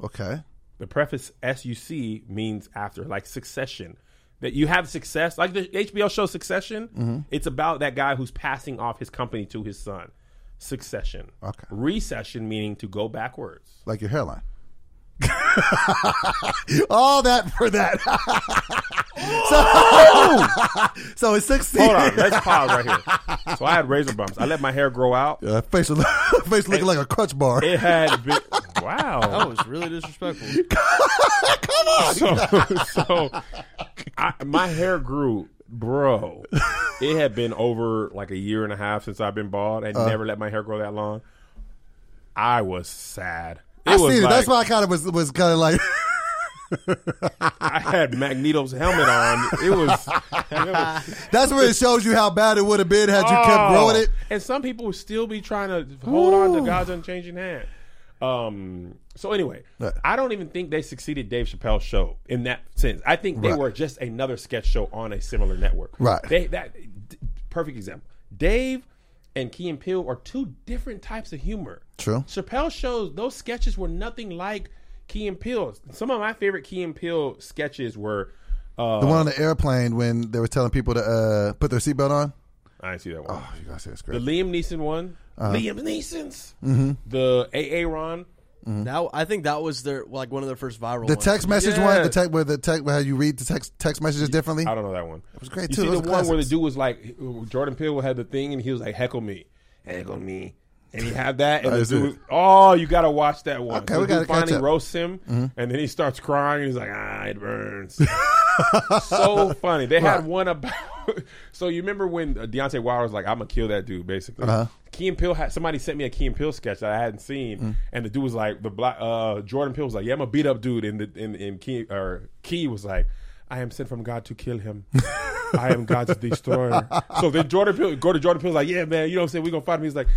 A: Okay.
B: The preface SUC means after, like succession. That you have success, like the HBO show Succession, it's about that guy who's passing off his company to his son. Succession.
A: Okay.
B: Recession meaning to go backwards.
A: Like your hairline. <laughs> All that for that. <laughs> so, <laughs> so it's succeeded.
B: Hold on, let's pause right here. So I had razor bumps. I let my hair grow
A: <laughs>
B: out.
A: Uh, face, face looking like a crutch bar. <laughs>
B: It had big, wow.
C: That was really disrespectful.
B: So, <laughs> so I, my hair grew, bro. It had been over like a year and a half since I've been bald. I
A: Uh.
B: never let my hair grow that long. I was sad. It
A: I
B: was
A: seen it. That's why
B: like
A: I kind of was, was kind of like, <laughs>
B: I had Magneto's helmet on. It was. it was-
A: that's where it shows you how bad it would have been had you kept
B: Oh.
A: growing it.
B: And some people would still be trying to hold on to God's unchanging hand. Um, so anyway,
A: Right.
B: I don't even think they succeeded Dave Chappelle's show in that sense. I think they
A: Right.
B: were just another sketch show on a similar network.
A: Right.
B: They that d- perfect example. Dave and Key and Peele are two different types of humor.
A: True.
B: Chappelle shows those sketches were nothing like Key and Peele's. Some of my favorite Key and Peele sketches were. Uh,
A: The one on the airplane when they were telling people to uh, put their seatbelt on.
B: I didn't see that one.
A: Oh, you guys, that's
B: The
A: great.
B: Liam Neeson one.
A: Uh-huh.
B: Liam Neeson's.
A: Mm-hmm.
B: The A.A. Ron.
C: Now I think that was their like one of their first viral.
A: The
C: ones.
A: text message one, the
B: Yes.
A: text where the text where you read the text text messages differently.
B: I don't know that one. It was
A: great,
B: you
A: too.
B: see
A: Those
B: the
A: are
B: one where the
A: classics.
B: dude was like, Jordan Peele had the thing, and he was like, "Heckle me, heckle me," and he had that, and
A: I
B: the
A: see.
B: dude, was- oh, you gotta watch that one.
A: Okay,
B: So
A: we
B: the dude
A: gotta catch
B: finally
A: up. Mm-hmm.
B: roasts him, and then he starts crying, and he's like, "Ah,
A: <laughs>
B: it burns." so funny. They had one about. <laughs> so you remember when uh, Deontay Wilder was like, "I'm gonna kill that dude," basically.
A: Uh-huh.
B: Key and Peele had somebody sent me a Key and Peele sketch that I hadn't seen, and the dude was like, the black uh, Jordan Peele was like, "Yeah, I'm gonna beat up dude," and the and, and Key or Key was like, I am sent from God to kill him. I am God's destroyer. So then Jordan Peele, go to Jordan Peele's like, yeah, man, you know what I'm saying? We're going to fight him. He's like,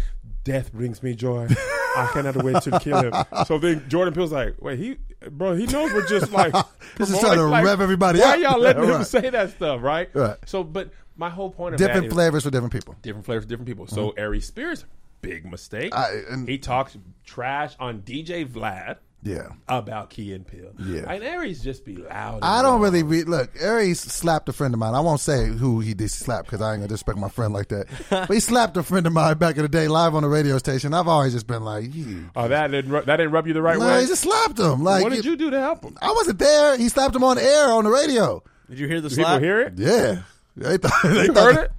B: death brings me joy. I cannot wait to kill him. So then Jordan Peele's like, wait, he, bro, he knows we're just like,
A: This is trying to
B: like,
A: rev everybody
B: why
A: up.
B: y'all letting him
A: Right.
B: say that stuff, right?
A: Right.
B: So, but my whole point of
A: Different
B: that is-
A: flavors for different people.
B: different flavors, different people. So Ari Spears, big mistake.
A: I- and-
B: he talks trash on DJ Vlad
A: Yeah.
B: about Key and Pill.
A: Yeah.
B: and Aries just be loud.
A: I
B: and
A: don't
B: wrong.
A: really read. Look, Aries slapped a friend of mine. I won't say who he did slap because I ain't gonna disrespect my friend like
B: <laughs>
A: that. But he slapped a friend of mine back in the day live on the radio station. I've always just been like, you.
B: Oh, that didn't ru- that didn't rub you the right
A: No,
B: way.
A: he just slapped him. Like,
B: what did you do to help him?
A: I wasn't there. He slapped him on air on the radio.
C: Did you hear the
B: Did people
C: slap?
B: hear it?
A: Yeah, they thought, <laughs> they
B: You
A: thought-
B: heard it?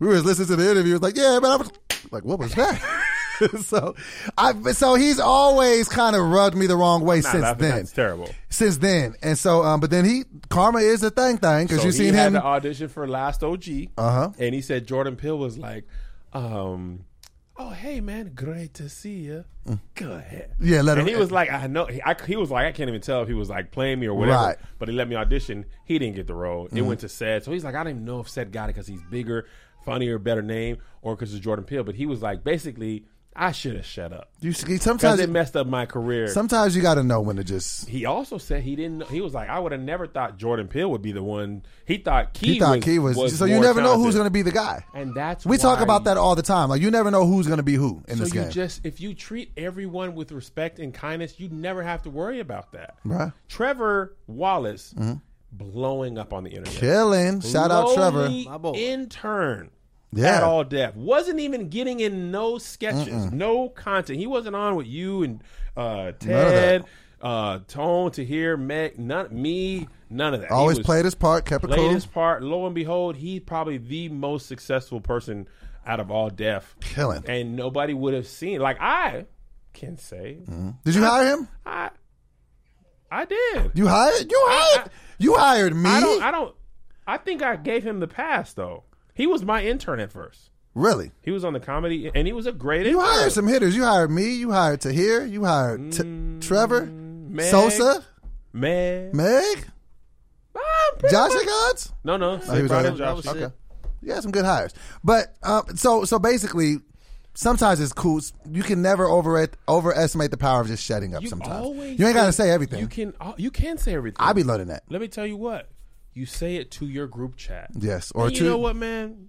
A: We was listening to the interview. It was like, yeah, man, I was like, what was that? <laughs> so, I but so he's always kind of rubbed me the wrong way
B: Nah,
A: since
B: that-
A: then.
B: that's terrible.
A: Since then, and so, um, but then he karma is a thing thing because
B: So
A: you
B: he
A: seen
B: had
A: him.
B: the audition for Last OG, uh-huh. and he said Jordan Peele was like, um, "Oh hey man, great to see you. Go ahead."
A: Mm. Yeah, let
B: and
A: him-
B: he was like, "I know." He, I, he was like, "I can't even tell if he was like playing me or whatever."
A: Right. Mm-hmm.
B: But he let me audition. He didn't get the role. It went to Sed, so he's like, "I don't even know if Sed got it because he's bigger, funnier, better name, or because it's Jordan Peele." But he was like, basically, I should have shut up
A: you see-
B: because
A: sometimes
B: it messed up my career.
A: Sometimes you got to know when to just.
B: he also said he didn't. He was like, I would have never thought Jordan Peele would be the one. He thought Key.
A: He thought
B: was,
A: Key was, so you
B: more
A: never know
B: talented.
A: who's going to be the guy.
B: And that's
A: we talk
B: why
A: about
B: you-
A: that all the time. Like you never know who's going to be who in
B: So
A: this
B: you
A: game.
B: just if you treat everyone with respect and kindness, you never have to worry about that.
A: Right. Mm-hmm.
B: Trevor Wallace blowing up on the internet.
A: Killing. Shout out Trevor.
B: Lowly
C: My boy.
B: Intern.
A: Yeah.
B: At all depth. Wasn't even getting in no sketches, no content. He wasn't on with you and uh, Ted, uh, Tone, Tahir, Meg, none, me, none of that. He
A: Always
B: was-
A: played his part, kept it
B: played
A: cool.
B: his part. Lo and behold, he's probably the most successful person out of all deaf.
A: Killing.
B: And nobody would have seen. Like I can say,
A: Did you hire him?
B: I I did.
A: You hired? You hired?
B: I-
A: you hired me?
B: I don't. I don't. I think I gave him the pass though. He was my intern at first.
A: really?
B: He was on the comedy, and he was a great
A: You
B: intern.
A: hired some hitters. You hired me. You hired Tahir. You hired T- Trevor,
B: Mm, Meg.
A: Sosa,
B: man.
A: Meg,
B: I'm pretty
A: Josh
B: much-
A: Gods.
B: No, no.
A: he was
B: Friday
A: on-
B: Josh.
C: that was it.
A: You had some good hires. But um, so so basically, sometimes it's cool. You can never overrate, overestimate the power of just shutting up.
B: You
A: sometimes
B: always
A: you ain't got to
B: can-
A: say everything.
B: You can. uh, You can say everything.
A: I be learning that.
B: Let me tell you what. You say it to your group chat.
A: Yes, or
B: And you
A: to-
B: know what, man?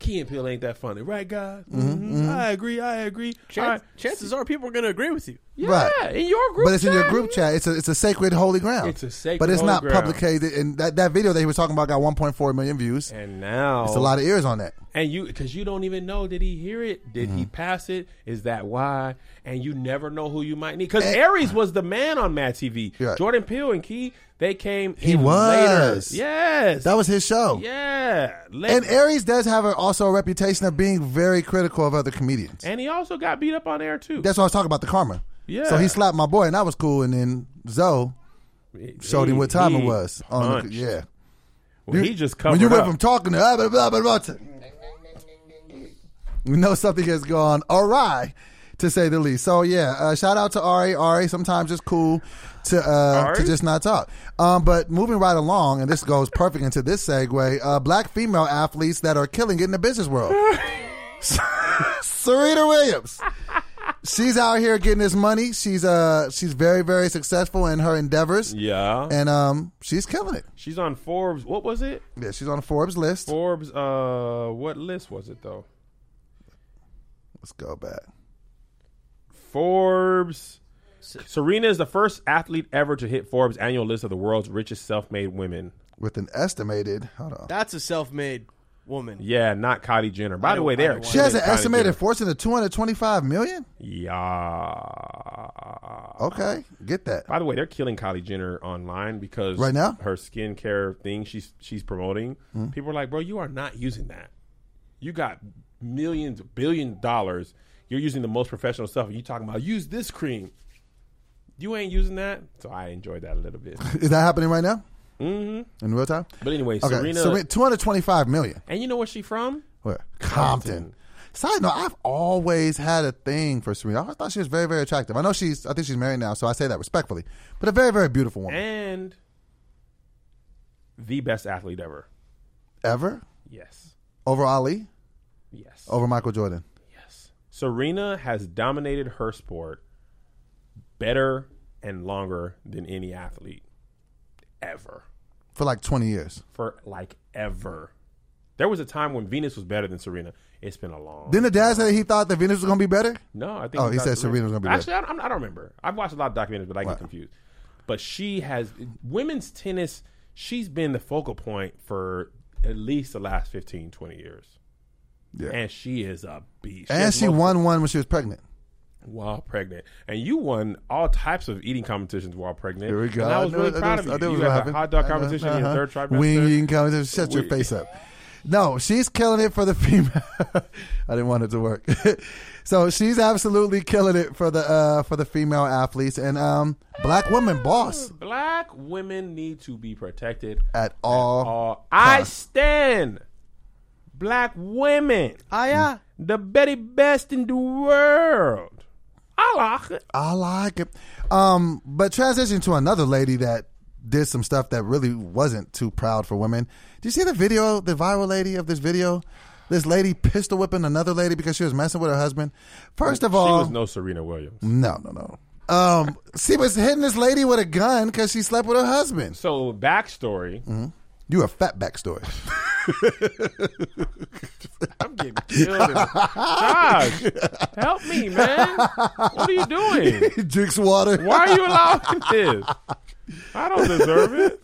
B: Key and Peele ain't that funny, right, guys? Mm-hmm. I agree. I agree. All right.
C: Chan- Chances are people are going to agree with you.
B: Yeah,
A: Right.
B: in your group.
A: But it's in your
B: chat.
A: group chat. It's a it's a sacred holy ground.
B: It's a sacred
A: But it's
B: holy
A: not
B: ground.
A: publicated. And that, that video that he was talking about got 1.4 million views.
B: And now
A: It's a lot of ears on that.
B: and you because you don't even know did he hear it did
A: Mm-hmm.
B: he pass it is that why and you never know who you might need because
A: Eh.
B: aries was the man on mad tv
A: Yeah.
B: jordan peele and key they came
A: He
B: in
A: was.
B: later. yes
A: That was his show.
B: yeah Let-
A: And Aries does have a, also a reputation of being very critical of other comedians.
B: and he also got beat up on air too
A: That's what I was talking about the karma.
B: Yeah.
A: So he slapped my boy, and that was cool. And then Zoe showed him what time it was. On the,
B: punched.
A: yeah.
B: Well, he just covered
A: When you went
B: up.
A: from talking to ah, blah, blah, blah, blah, to, we know something has gone awry, to say the least. So yeah, uh, shout out to Ari. Ari, sometimes it's cool to uh,
B: Ari?
A: to just not talk. Um, but moving right along, and this goes perfect into this segue. Uh, black female athletes that are killing it in the business world. <laughs> Serena Williams. She's out here getting this money. She's uh she's very very successful in her endeavors,
B: yeah
A: and um she's killing it.
B: she's on forbes what was it
A: Yeah, she's on the Forbes list.
B: forbes uh what list was it though
A: Let's go back.
B: Forbes. Serena is the first athlete ever to hit Forbes' annual list of the world's richest self-made women.
A: With an estimated, hold on.
C: That's a self-made woman.
B: Yeah, not Kylie Jenner. By the
C: don't-
B: way,
C: I
B: there
C: don't
A: She has an
B: Kylie
A: estimated
B: Jenner.
A: fortune of 225 million?
B: Yeah.
A: Okay, get that.
B: By the way, they're killing Kylie Jenner online because
A: Right now? Hmm.
B: her skincare thing she's she's promoting. People are like, bro, you are not using that. You got millions, billion dollars. You're using the most professional stuff, and you talking about use this cream. You ain't using that, so I enjoyed that a little bit.
A: Is that happening right now? Mm-hmm. In real time?
B: But
A: <laughs>
B: anyway,
A: Okay,
B: Serena,
A: Serena- 225 million.
B: and you know where she from?
A: Where? Compton. Side note, I've always had a thing for Serena. I always thought she was very, very attractive. I know she's, I think she's married now, so I say that respectfully. But a very, very beautiful woman.
B: And the best athlete ever.
A: Ever?
B: Yes.
A: Over Ali?
B: Yes.
A: Over Michael Jordan?
B: Yes. Serena has dominated her sport better and longer than any athlete ever.
A: For like 20 years.
B: For like ever. There was a time when Venus was better than Serena. It's been a long.
A: Didn't the dad say he thought that Venus was going to be better?
B: No, I think.
A: Oh, he
B: thought
A: said Serena's gonna be
B: Actually, I don't, I don't remember. I've watched a lot of documentaries, but I get confused. But she has women's tennis. She's been the focal point for at least the last 15, 20 years.
A: Yeah.
B: And she is a beast.
A: And
B: has
A: she
B: multiple-
A: won one when she was pregnant.
B: while pregnant, and you won all types of eating competitions while pregnant.
A: Here we go.
B: And I was
A: knew
B: really
A: it- I
B: proud
A: knew- I
B: of
A: knew it
B: you. You
A: was gonna
B: had a
A: happen.
B: hot dog
A: I know,
B: competition in
A: uh-huh.
B: your third trimester.
A: Wing eating competition. Shut your face up. No, she's killing it for the <laughs> female. I didn't want it to work. <laughs> so she's absolutely killing it for the uh, for the female athletes and um, black women boss
B: Black women need to be protected.
A: at all.
B: Uh, I stand. Black women,
C: Ah, yeah.
B: the very best in the world. I like it.
A: I like it. Um, but transition to another lady that did some stuff that really wasn't too proud for women. Did you see the video, the viral lady of this video? This lady pistol whipping another lady because she was messing with her husband. First of
B: She
A: all,
B: was no Serena Williams.
A: no, no, no. Um, she was hitting this lady with a gun because she slept with her husband.
B: So backstory.
A: You a fat backstory. <laughs>
B: I'm getting killed. in the- Josh, help me, man. What are you doing?
A: Drinks water.
B: Why are you allowing this? I don't deserve it.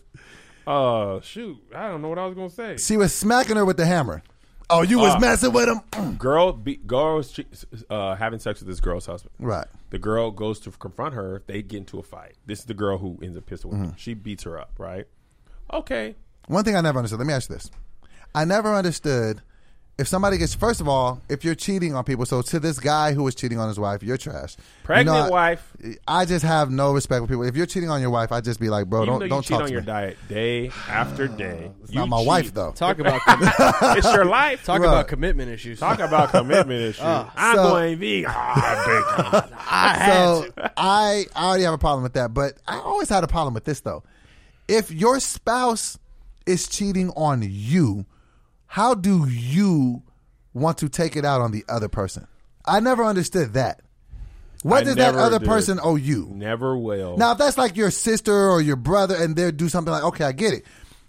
B: Uh, shoot, I don't know what I was gonna say.
A: She was smacking her with the hammer. Oh, you
B: Ah.
A: was messing with him. <clears throat>
B: Girl, be, girl is che- uh, having sex with this girl's husband.
A: right.
B: The girl goes to confront her. They get into a fight. This is the girl who ends up pistol whipping. She beats her up. Right? Okay.
A: One thing I never understood. Let me ask you this: I never understood if somebody gets. First of all, if you're cheating on people, so to this guy who was cheating on his wife, you're trash.
B: Pregnant
A: I-
B: wife.
A: I just have no respect for people. If you're cheating on your wife, I just be like, bro,
B: Even
A: don't
B: though you
A: don't
B: cheat
A: talk
B: on
A: to
B: your
A: me.
B: diet day
A: <sighs>
B: after day. It's
A: Not my wife though.
C: Talk about com-
B: it's
A: <laughs>
B: your life.
C: talk
B: Talk,
C: about commitment issues.
B: about commitment issues. I'm
A: Uh, so-
B: going vegan. Ah, bacon.
A: <laughs> so I, I already have a problem with that, but I always had a problem with this though. If your spouse is cheating on you, how do you want to take it out on the other person? I never understood that. What
B: I
A: does that
B: never
A: other
B: did.
A: person owe you?
B: Never will.
A: Now, if that's like your sister or your brother, and they do something like, okay, I get it,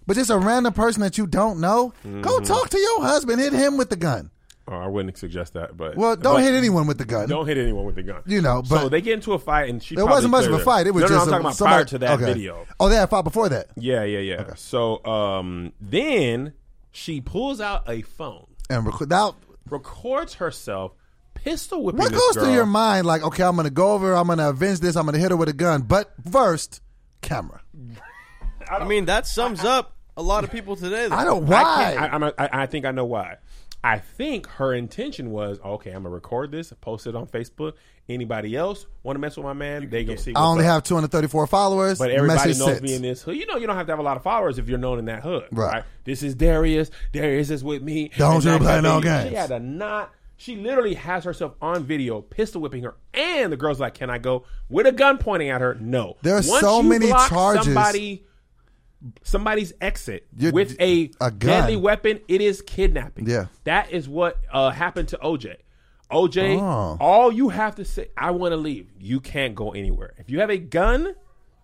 A: but just a random person that you don't know,
B: Mm-hmm.
A: go talk to your husband, hit him with the gun.
B: Oh, I wouldn't suggest that, but
A: Well, don't
B: but-
A: hit anyone with the gun.
B: Don't hit anyone with a gun.
A: You know,
B: so
A: but-
B: they get into a fight, and she.
A: There
B: probably
A: wasn't much of a
B: cleared
A: fight. It was
B: no, no,
A: just
B: no, I'm
A: a-
B: talking about
A: somebody-
B: prior to that
A: okay.
B: video.
A: Oh, they had a fight before that,
B: Yeah, yeah, yeah. So um, then she pulls out a phone,
A: and record now
B: records herself pistol whipping.
A: What
B: this
A: goes through
B: girl.
A: your mind? Like, okay, I'm gonna go over, I'm gonna avenge this, I'm gonna hit her with a gun, but first, camera.
C: I mean, that sums up a lot of people today. Though.
A: I don't
B: I can't- I,
A: why.
B: I'm a, I, I think I know why. I think her intention was okay. I'm gonna record this, post it on Facebook. Anybody else want to mess with my man? They gonna see.
A: I,
B: what's
A: only
B: up.
A: have 234 followers.
B: But everybody
A: Message
B: knows
A: sent.
B: me in this hood. You know, you don't have to have a lot of followers if you're known in that hood.
A: Right.
B: Right. This is Darius. Darius is with me.
A: Don't
B: And
A: you
B: that
A: play
B: type of
A: no
B: thing.
A: games.
B: She had a knot. She literally has herself on video, pistol whipping her, and the girl's like, "Can I go?" With a gun pointing at her. No.
A: There are
B: Once
A: so
B: you
A: many
B: block
A: charges.
B: Somebody, somebody's exit
A: You're-
B: with a,
A: a gun.
B: deadly weapon. It is kidnapping.
A: Yeah.
B: That is what uh, happened to OJ. OJ,
A: Oh.
B: all you have to say, I want to leave. You can't go anywhere. If you have a gun,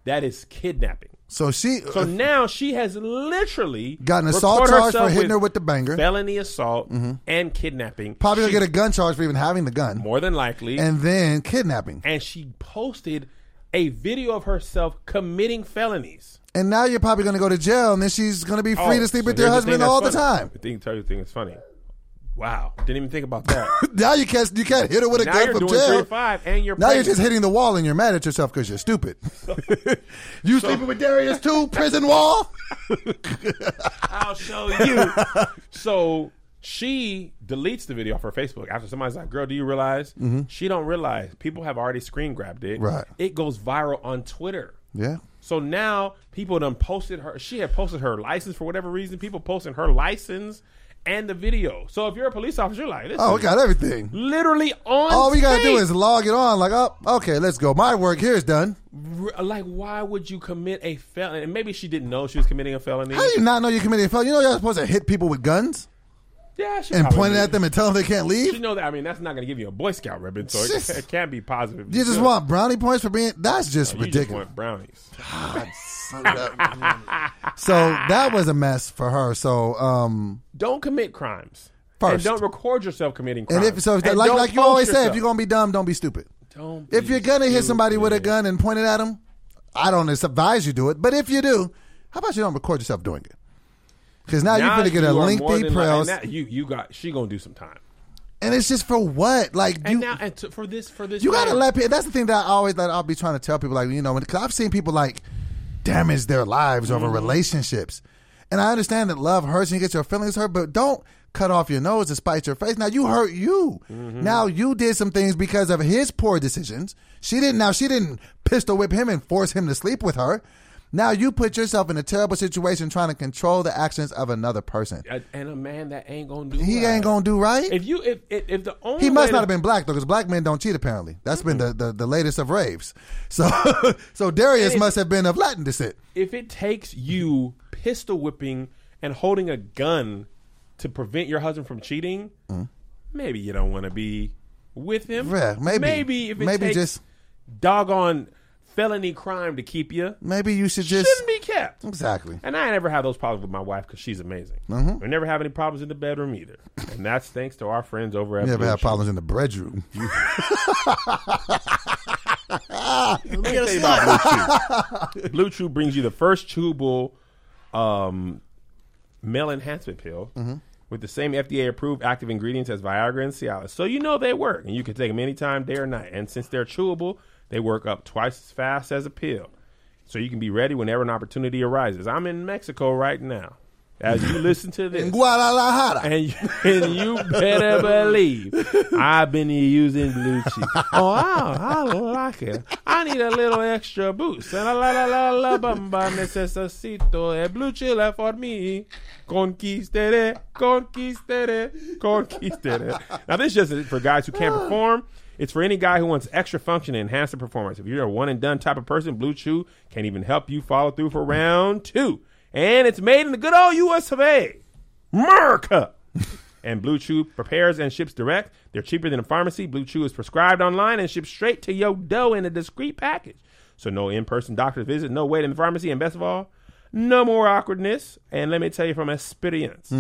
B: that is kidnapping.
A: So she. uh,
B: So now she has literally
A: Got an assault
B: recorded
A: charge
B: herself
A: for hitting her with the banger. Mm-hmm.
B: felony assault, and kidnapping.
A: Probably
B: She-
A: gonna get a gun charge for even having the gun,
B: more than likely, and,
A: and then kidnapping.
B: she posted a video of herself committing felonies.
A: And now you're probably gonna go to jail, and then she's gonna be free
B: Oh,
A: to sleep
B: so
A: with your
B: here's the
A: husband
B: thing that's
A: all the
B: funny.
A: time.
B: I think tell you the thing that's funny. Wow, didn't even think about
A: <laughs>
B: that.
A: Now you can't you can't hit her with a
B: now
A: gun
B: you're
A: from
B: doing three
A: jail.
B: to five, and you're
A: Now you're
B: pregnant.
A: just hitting the wall and you're mad at yourself because you're
B: <laughs>
A: stupid. you sleeping with Darius too? Prison wall?
B: I'll show
A: <laughs>
B: you. so she deletes the video off her Facebook after somebody's like, "Girl, do you realize?" She don't realize people have already screen grabbed it.
A: Mm-hmm. Right.
B: It goes viral on Twitter.
A: Yeah.
B: So now people done posted her. She had posted her license for whatever reason. People posting her license and the video. So if you're a police officer, you're like, this
A: Oh, we
B: is
A: got everything.
B: literally on.
A: All we gotta do
B: tape.
A: is log it on. Like, oh, okay, let's go. My work here is done.
B: R- like, why would you commit a felony? And maybe she didn't know she was committing a felony.
A: How do you not know you committed a felony? You know you're supposed to hit people with guns
B: yeah, she
A: and
B: probably
A: point it
B: knew.
A: at them and tell them they can't
B: You
A: leave.
B: know that I mean that's not going to give you a Boy Scout ribbon, so it,
A: Jeez.
B: <laughs> it can't be positive.
A: You just want brownie points for being. That's just
B: You just
A: ridiculous.
B: want brownies.
A: so that was a mess for her. So, um,
B: Don't commit crimes.
A: First.
B: and don't record yourself committing
A: and
B: crimes.
A: if so,
B: And
A: like
B: don't
A: like you
B: post
A: always say, if
B: yourself.
A: you're gonna be dumb, don't be stupid.
B: Don't
A: If
B: be
A: you're gonna hit
B: stupid.
A: somebody with a gun and point it at them, I don't advise you do it. But if you do, how about you don't record yourself doing it? Because now,
B: Now
A: you're gonna get
B: you
A: a
B: are more
A: lengthy
B: than li- and
A: press,
B: that- You you got she gonna do some time.
A: and it's just for what? Like
B: And
A: you,
B: now and to, for this for this
A: You gotta
B: man-
A: let people. That's the thing that I always that I'll be trying to tell people, like you know, because I've seen people like damage their lives over relationships, and I understand that love hurts and you get your feelings hurt, but don't cut off your nose to spite your face. Now you hurt you. Now you did some things because of his poor decisions. She didn't. Now she didn't pistol whip him and force him to sleep with her. Now you put yourself in a terrible situation trying to control the actions of another person.
B: a- and a man that ain't gonna do
A: He
B: right.
A: ain't gonna do right.
B: if you if if, if the only
A: He
B: way
A: must
B: to-
A: not have been black though, because black men don't cheat. Apparently, that's been the, the, the latest of raves. <laughs> So, so Darius
B: it-
A: must have been of Latin descent.
B: if it takes you pistol whipping and holding a gun to prevent your husband from cheating, maybe you don't want to be with him.
A: Yeah, maybe.
B: Maybe if it
A: Maybe
B: takes
A: just-
B: doggone felony crime to keep you,
A: Maybe you should just
B: shouldn't be kept.
A: exactly.
B: And I never have those problems with my wife because she's amazing.
A: Mm-hmm.
B: We never have any problems in the bedroom either, and that's thanks to our friends over at.
A: You ever
B: Blue
A: have
B: Chew.
A: problems in the bedroom? <laughs>
B: Let me tell you about Blue Chew. Blue Chew brings you the first chewable um, male enhancement pill with the same FDA-approved active ingredients as Viagra and Cialis, so you know they work, and you can take them anytime, day or night. And since they're chewable, they work up twice as fast as a pill, so you can be ready whenever an opportunity arises. I'm in Mexico right now, as you listen to this.
A: In Guadalajara.
B: <laughs> And you, and you better believe I've been using blue cheese. Oh, I, I like it. I need a little extra boost. And a la la la la bamba necesito el blue chile for me. Conquistere, conquistere, conquistere. Now, this just is for guys who can't perform. It's for any guy who wants extra function and enhance the performance. If you're a one and done type of person, Blue Chew can even help you follow through for round two. And it's made in the good old U.S. of A. America. <laughs> and Blue Chew prepares and ships direct. They're cheaper than a pharmacy. Blue Chew is prescribed online and shipped straight to your dough in a discreet package. So no in-person doctor's visit, no wait in the pharmacy, and best of all, no more awkwardness. And let me tell you from experience,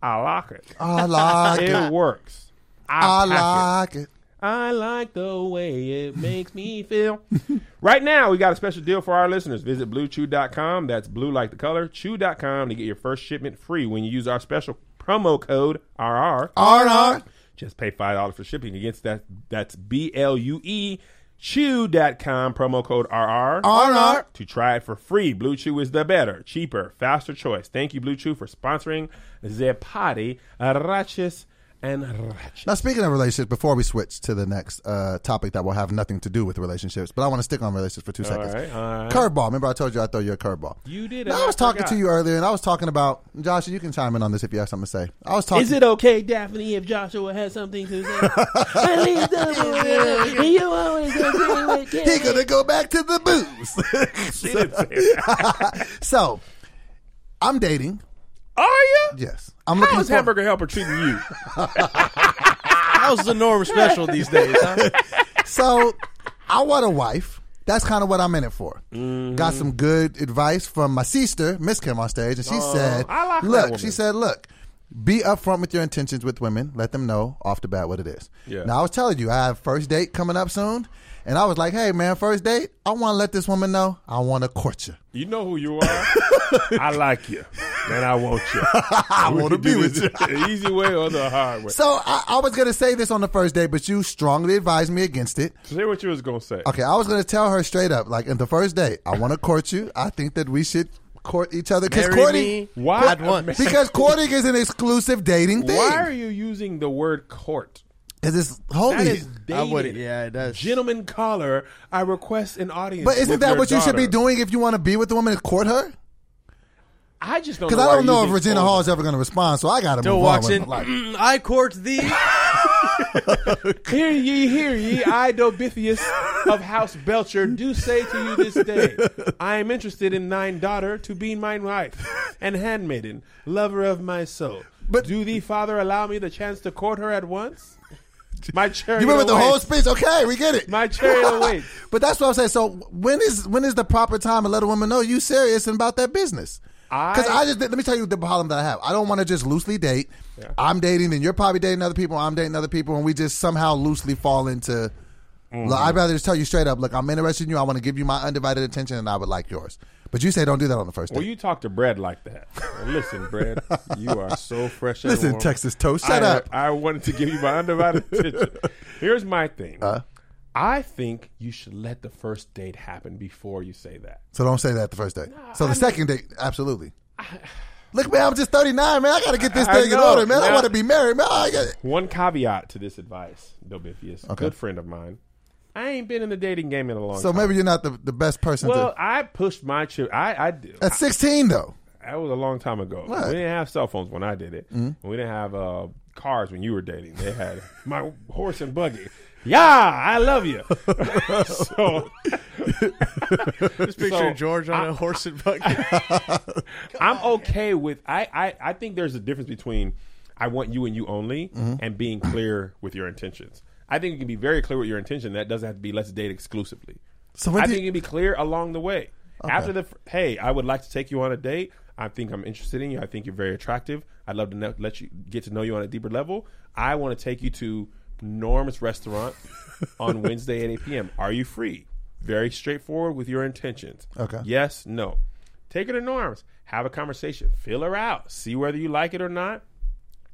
B: I like it.
A: Hmm. I like
B: it
A: it.
B: works.
A: I
B: pack it.
A: like
B: <laughs>
A: it.
B: I like the way it makes me feel. <laughs> right now, we got a special deal for our listeners. Visit bluechew.com. That's blue like the color. Chew.com to get your first shipment free when you use our special promo code RR.
A: R&R.
B: Just pay $5 for shipping against that. That's B L U E. Chew.com promo code RR
A: R&R.
B: to try it for free. Blue Chew is the better, cheaper, faster choice. Thank you, Blue Chew, for sponsoring the potty, righteous and righteous.
A: Now, speaking of relationships, before we switch to the next uh, topic that will have nothing to do with relationships, but I want to stick on relationships for two seconds.
B: right, all right.
A: Curveball. Remember, I told you I throw you a curveball.
B: You did,
A: Now,
B: and
A: I
B: I
A: was talking to
B: forgot.
A: you earlier, and I was talking about Josh. You can chime in on this if you have something to say. I was talking.
B: Is it okay, Daphne, if Joshua has something to
A: <laughs>
B: say? Please <laughs> don't. you always agree with
A: He gonna go back to the
B: <laughs>
A: booze. <laughs> so, I'm dating.
B: Are you?
A: Yes, I'm
B: How
A: looking
B: is
A: for.
B: Hamburger Helper treating you?
C: How's the norm special
A: <laughs>
C: these days? Huh?
A: So, I want a wife. That's kind of what I'm in it for.
B: Mm-hmm.
A: Got some good advice from my sister. Miss came on stage and she said,
B: Oh, I like that
A: "Look,"
B: woman.
A: she said, "Look." Be upfront with your intentions with women. Let them know off the bat what it is.
B: Yeah.
A: Now I was telling you, I have first date coming up soon, and I was like, "Hey, man, first date. I want to let this woman know I want to court you. <laughs>
B: You know who you are. I like you, and I want
A: <laughs>
B: you. I
A: wanna be with you.
B: The easy way or the
A: <laughs>
B: hard way.
A: So I, I was gonna say this on the first date, but you strongly advised me against it.
B: Say what you was gonna say.
A: Okay, I was gonna tell her straight up, like in the first date, I want to court you. I think that we should court each other because
C: Marry
A: courting,
C: me
B: Why-
C: at once.
A: because courting is an exclusive dating
B: Why are
A: thing.
B: you using the word court?
A: Because it's
B: That
A: holy.
B: is
C: I wouldn't-
B: dated.
C: yeah, it does.
B: Gentleman caller, I request an audience.
A: but
B: with
A: isn't that
B: your
A: what you should be
B: daughter.
A: doing if you want to be with the woman? Is court her?
B: I just don't
A: Because
B: know
A: I
B: why
A: don't
B: we're
A: know if
B: using
A: Regina
B: phones.
A: Hall is ever going to respond, so I got to <laughs>
C: Joe
A: move
C: walks
A: on. with
C: in.
A: my life.
C: "Mm, <clears throat> I
B: <laughs>
C: court thee.
B: Hear ye, hear ye, I Dobithius of House Belcher do say to you this day, I am interested in thine daughter to be mine wife and handmaiden, lover of my soul.
A: But-
B: But do thee, father, allow me the chance to court her
A: <laughs>
B: at once? My chariot
A: You remember the whole
B: awaits.
A: speech? Okay, we get it.
B: My chariot
A: <laughs>
B: awaits.
A: But that's what I'm saying. So when is when is the proper time to let a woman know you serious and about that business? Because I,
B: I-
A: just let me tell you the problem that I have. I don't want to just loosely date. I'm dating, and you're probably dating other people. I'm dating other people, and we just somehow loosely fall into.
B: Mm-hmm.
A: Look, I'd rather just tell you straight up. Look, I'm interested in you. I want to give you my undivided attention, and I would like yours. But you say don't do that on the first date.
B: Well, you talk to Bread like that. Well, listen, Bread, you are so fresh. and
A: Listen,
B: warm.
A: Texas Toast, shut
B: I,
A: up.
B: I wanted to give you
A: <laughs>
B: my undivided attention. Here's my thing.
A: Uh-huh.
B: I think you should let the first date happen before you say that.
A: so don't say that the first date. so the second date,
B: <sighs>
A: absolutely. Look, man, I'm just 39, man. I got to get this
B: I
A: thing in
B: know.
A: order, man. I
B: Now-
A: want to be married, man. I got-
B: One caveat to this advice, Dobithius, a good friend of mine. I ain't been in the dating game in a long
A: So
B: time.
A: maybe you're not the, the best person
B: well,
A: to.
B: I pushed my chip. I, I did.
A: At 16, though.
B: That was a long time ago.
A: Right.
B: We didn't have cell phones when I did it.
A: Mm-hmm.
B: We didn't have uh, cars when you were dating. They had <laughs> my horse and buggy. Yeah, I love you. <laughs> so
C: Just picture
B: So,
C: George on a horse and
B: <laughs>
C: buggy.
B: I'm okay with. I, I I think there's a difference between I want you and you only
A: Mm-hmm.
B: and being clear with your intentions. I think you can be very clear with your intention. That doesn't have to be let's date exclusively.
A: So when
B: I
A: do
B: think
A: you-
B: you can be clear along the way. After the fir- hey, I would like to take you on a date. I think I'm interested in you. I think you're very attractive. I'd love to know, let you get to know you on a deeper level. I want to take you to Norm's restaurant on Wednesday at 8 p.m. Are you free? Very straightforward with your intentions.
A: Okay.
B: Yes, no. Take her to Norm's. Have a conversation. Fill her out. See whether you like it or not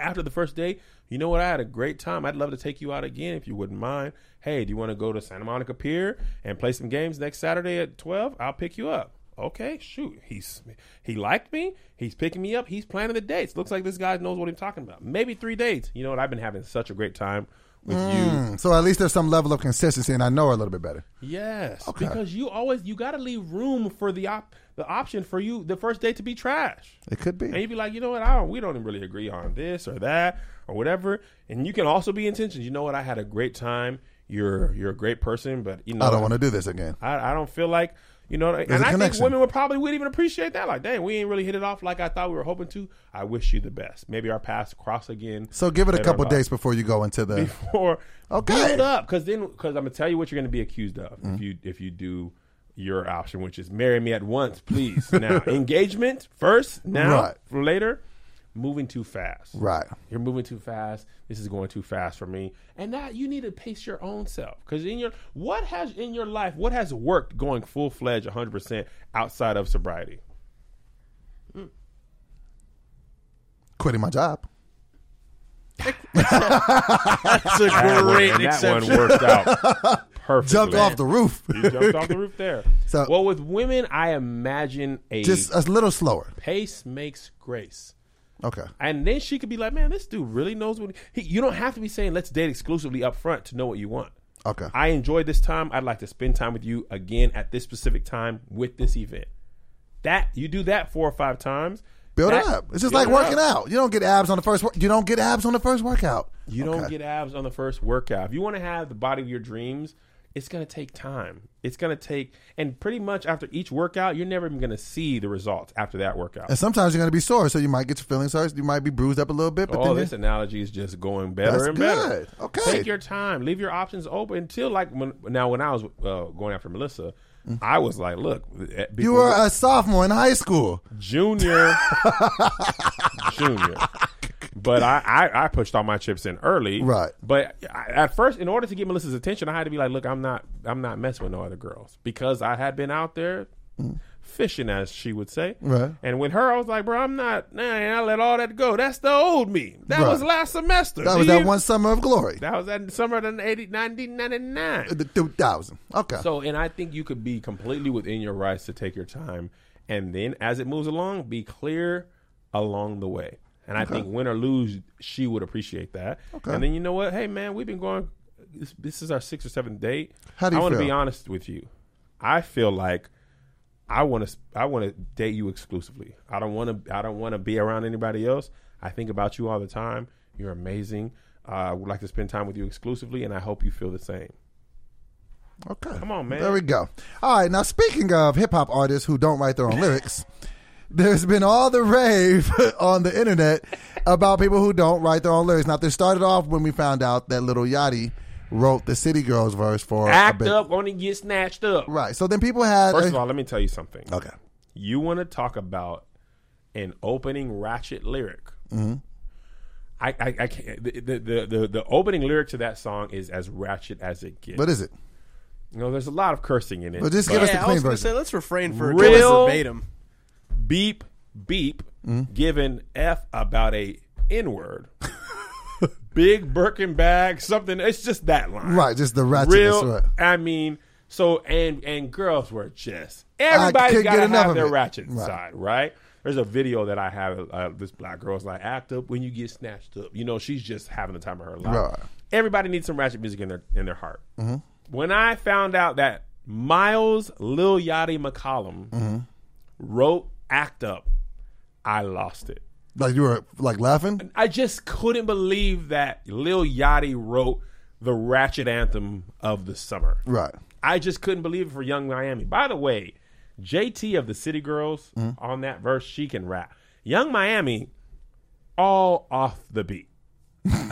B: after the first date, you know what? I had a great time. I'd love to take you out again if you wouldn't mind. Hey, do you want to go to Santa Monica Pier and play some games next Saturday at 12? I'll pick you up. Okay, shoot. He's he liked me. He's picking me up. He's planning the dates. Looks like this guy knows what he's talking about. Maybe 3 dates. You know what? I've been having such a great time with you.
A: So at least there's some level of consistency, and I know her a little bit better.
B: Yes, because you always you got to leave room for the op the option for you the first date to be trash.
A: It could be.
B: And you'd be like, you know what? I don't, we don't really agree on this or that or whatever. And you can also be intentions. You know what? I had a great time. You're you're a great person, but you know,
A: I don't want to do this again.
B: I, I don't feel like you know.
A: a
B: and I think
A: connection.
B: women would probably would even appreciate that. Like, dang, we ain't really hit it off like I thought we were hoping to. I wish you the best. Maybe our paths cross again.
A: So give it a
B: later
A: couple
B: on.
A: days before you go into the.
B: <laughs> Or
A: Okay.
B: build up, because then, because I'm gonna tell you what you're gonna be accused of if you if you do your option, which is marry me at once, please.
A: <laughs>
B: Now, engagement first, now
A: Right.
B: for later. Moving too fast,
A: Right.
B: You're moving too fast. This is going too fast for me, and that you need to pace your own self. Because in your what has in your life, what has worked going full fledged, 100 percent outside of sobriety?
A: Quitting my job.
C: That's a
B: That one-
C: great
B: and that one
C: exception.
A: <laughs>
B: worked out perfectly.
A: Jumped off the roof.
B: You
A: <laughs>
B: jumped off the roof there.
A: So-
B: well, with women, I imagine a
A: Just uh, a little slower.
B: pace makes grace.
A: Okay.
B: And then she could be like, man, this dude really knows what he, you don't have to be saying let's date exclusively up front to know what you want.
A: Okay.
B: I enjoyed this time. I'd like to spend time with you again at this specific time with this event. That you do that four or five times.
A: Build it
B: that-
A: up. It's just
B: build
A: like
B: it up.
A: working out. You don't get abs on the first. wor- You don't get abs on the first workout.
B: You don't
A: Okay.
B: get abs on the first workout. If you want to have the body of your dreams, it's going to take time. It's going to take, and pretty much after each workout, you're never even going to see the results after that workout.
A: And sometimes you're going to be sore, so you might get your feelings hurt. You might be bruised up a little bit, but
B: oh,
A: then you-
B: this analogy is just going better
A: That's
B: and
A: good.
B: better.
A: Okay.
B: take your time. Leave your options open until like when. Now, when I was uh, going after Melissa, I was like, "Look, eh,
A: Mm. you
B: before-
A: were a sophomore in high school.
B: junior, <laughs> junior." But I, I, I pushed all my chips in early,
A: Right.
B: But I, at first, in order to get Melissa's attention, I had to be like, "Look, I'm not, I'm not messing with no other girls because I had been out there." Fishing, as she would say,
A: Right.
B: And with her, I was like, "Bro, I'm not. Nah, I let all that go. That's the old me. That
A: Right.
B: was last semester.
A: That
B: Do
A: was that
B: you-
A: one summer of glory.
B: that was that summer of the 80, 1999.
A: The 2000. Okay.
B: So, and I think you could be completely within your rights to take your time. And then as it moves along, be clear along the way. And I think win or lose, she would appreciate that.
A: Okay.
B: And then you know what? Hey, man, we've been going. This, this is our sixth or seventh date.
A: How do you
B: I wanna
A: feel?
B: be honest with you. I feel like I want to I want to date you exclusively. I don't want to I don't want to be around anybody else. I think about you all the time. You're amazing. Uh, I would like to spend time with you exclusively, and I hope you feel the same.
A: Okay.
B: Come on, man.
A: There we go. All right. Now, speaking of hip hop artists who don't write their own lyrics, <laughs> there's been all the rave <laughs> on the internet about people who don't write their own lyrics. Now, this started off when we found out that Little Yachty wrote the City Girls verse for a
B: Act
A: bit.
B: up, only get snatched up.
A: Right. So then people had.
B: First of all, let me tell you something.
A: okay.
B: You want to talk about an opening ratchet lyric?
A: Mm-hmm.
B: I, I, I can't. The, the, the, the, the opening lyric to that song is as ratchet as it gets.
A: What is it?
B: you know, there's a lot of cursing in it.
A: Well, just
B: but
A: give us the
C: yeah, I
A: clean
C: was gonna
A: version.
C: say let's refrain for
B: Real-
C: just verbatim.
B: beep beep
A: Mm-hmm.
B: giving f about a n word. <laughs> Big Birkin bag, something. It's just that line,
A: Right. Just the ratchet.
B: Real.
A: Right.
B: I mean, so and and girls were just
A: I
B: everybody's
A: couldn't
B: got
A: get
B: to
A: enough of
B: have their
A: it.
B: ratchet
A: Right.
B: side, right? There's a video that I have. Uh, this black girl's like, act up when you get snatched up. You know, she's just having the time of her life.
A: Right. Mm-hmm.
B: Everybody needs some ratchet music in their in their heart. When I found out that Miles Lil Yachty McCollum
A: Mm-hmm.
B: wrote "Act Up," I lost it.
A: Like you were like laughing.
B: I just couldn't believe that Lil Yachty wrote the ratchet anthem of the summer.
A: Right.
B: I just couldn't believe it for Young Miami. By the way, JT of the City Girls
A: Mm-hmm.
B: on that verse, she can rap. Young Miami, all off
A: <laughs>
B: the beat.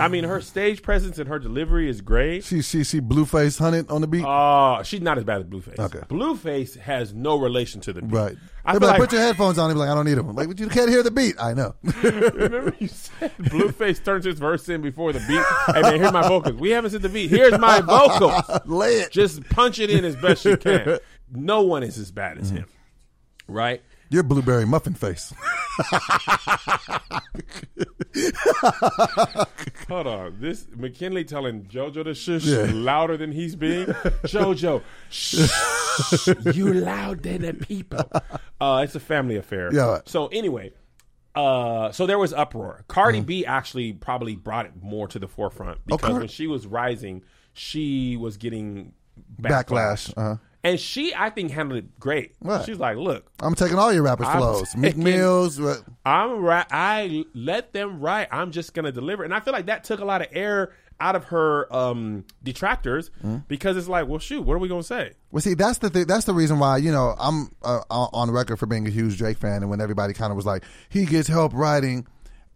B: I mean, her stage presence and her delivery is great.
A: She she she blue face hunted on the beat.
B: Uh, she's not as bad as Blueface.
A: Okay.
B: Blueface has no relation to the beat.
A: right.
B: I
A: They
B: feel
A: be like,
B: like,
A: put your headphones on. They be like, I don't need them. I'm like, but you can't hear the beat. I know.
B: <laughs>
A: <laughs>
B: remember you said Blueface turns his verse in before the beat. Hey man, here's my vocals. We haven't said the beat. Here's
A: <laughs>
B: my vocals.
A: Lay it.
B: Just punch it in as best you can. No one is as bad as
A: Mm-hmm.
B: him. Right?
A: Your blueberry muffin face.
B: Hold on. This McKinley telling JoJo to shush
A: Yeah.
B: louder than
A: <laughs>
B: he's being. JoJo, shh, you louder than people. Uh, it's a family affair.
A: Yeah.
B: So anyway, uh, so there was uproar. Cardi B actually probably brought it more to the forefront because
A: Mm-hmm. Okay.
B: when she was rising, she was getting backlash,
A: Backlash. Uh-huh.
B: and she I think handled it great.
A: Right.
B: She's like, look,
A: I'm taking all your rappers'
B: I'm <laughs>
A: flows. Meek
B: taking-
A: Mills. Right.
B: I'm right. I let them write. I'm just gonna deliver, and I feel like that took a lot of air out of her um, detractors
A: Hmm?
B: because it's like, well, shoot, what are we gonna say?
A: Well, see, that's the thing. That's the reason why you know I'm uh, on on record for being a huge Drake fan, and when everybody kind of was like, he gets help writing.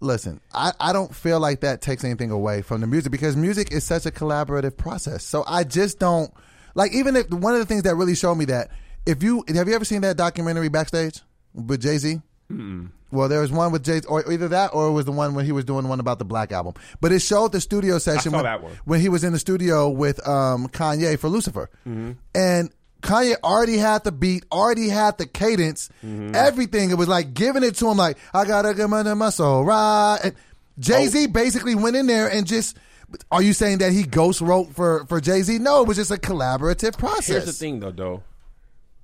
A: Listen, I, I don't feel like that takes anything away from the music because music is such a collaborative process. So I just don't like even if one of the things that really showed me that if you have you ever seen that documentary backstage with Jay Z? Well, there was one with Jay, or either that, or it was the one when he was doing one about the Black album. But it showed the studio session
B: saw
A: when,
B: that one.
A: when he was in the studio with um, Kanye for Lucifer,
B: Mm-hmm.
A: and Kanye already had the beat, already had the cadence,
B: Mm-hmm.
A: everything. It was like giving it to him, like I gotta get my my soul right. Jay
B: Oh.
A: Z basically went in there and just. Are you saying that he ghost wrote for for Jay Z? No, it was just a collaborative process.
B: Here's the thing, though, though.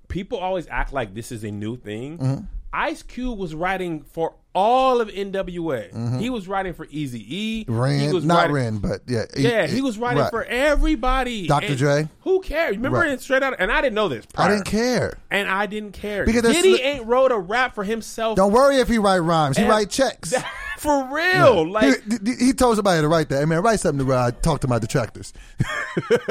B: People always act like this is a new thing.
A: Mm-hmm.
B: Ice Cube was writing for all of NWA. He was writing for Easy E. he
A: Mm-hmm. Ren,
B: was
A: not
B: writing,
A: Ren, but yeah,
B: Yeah, he was writing
A: right.
B: for everybody.
A: Dr.
B: And
A: Dre.
B: Who cares? Remember
A: Right.
B: in Straight Out, and I didn't know this.
A: I
B: Prior.
A: didn't care.
B: and I didn't care.
A: Because there's
B: Diddy
A: sli-
B: ain't wrote a rap for himself.
A: Don't worry if he write rhymes. He
B: And-
A: write checks.
B: <laughs> for
A: <laughs>
B: real. Like
A: he, he- he told somebody to write that. Hey man, write something to uh, talk to my detractors. <laughs>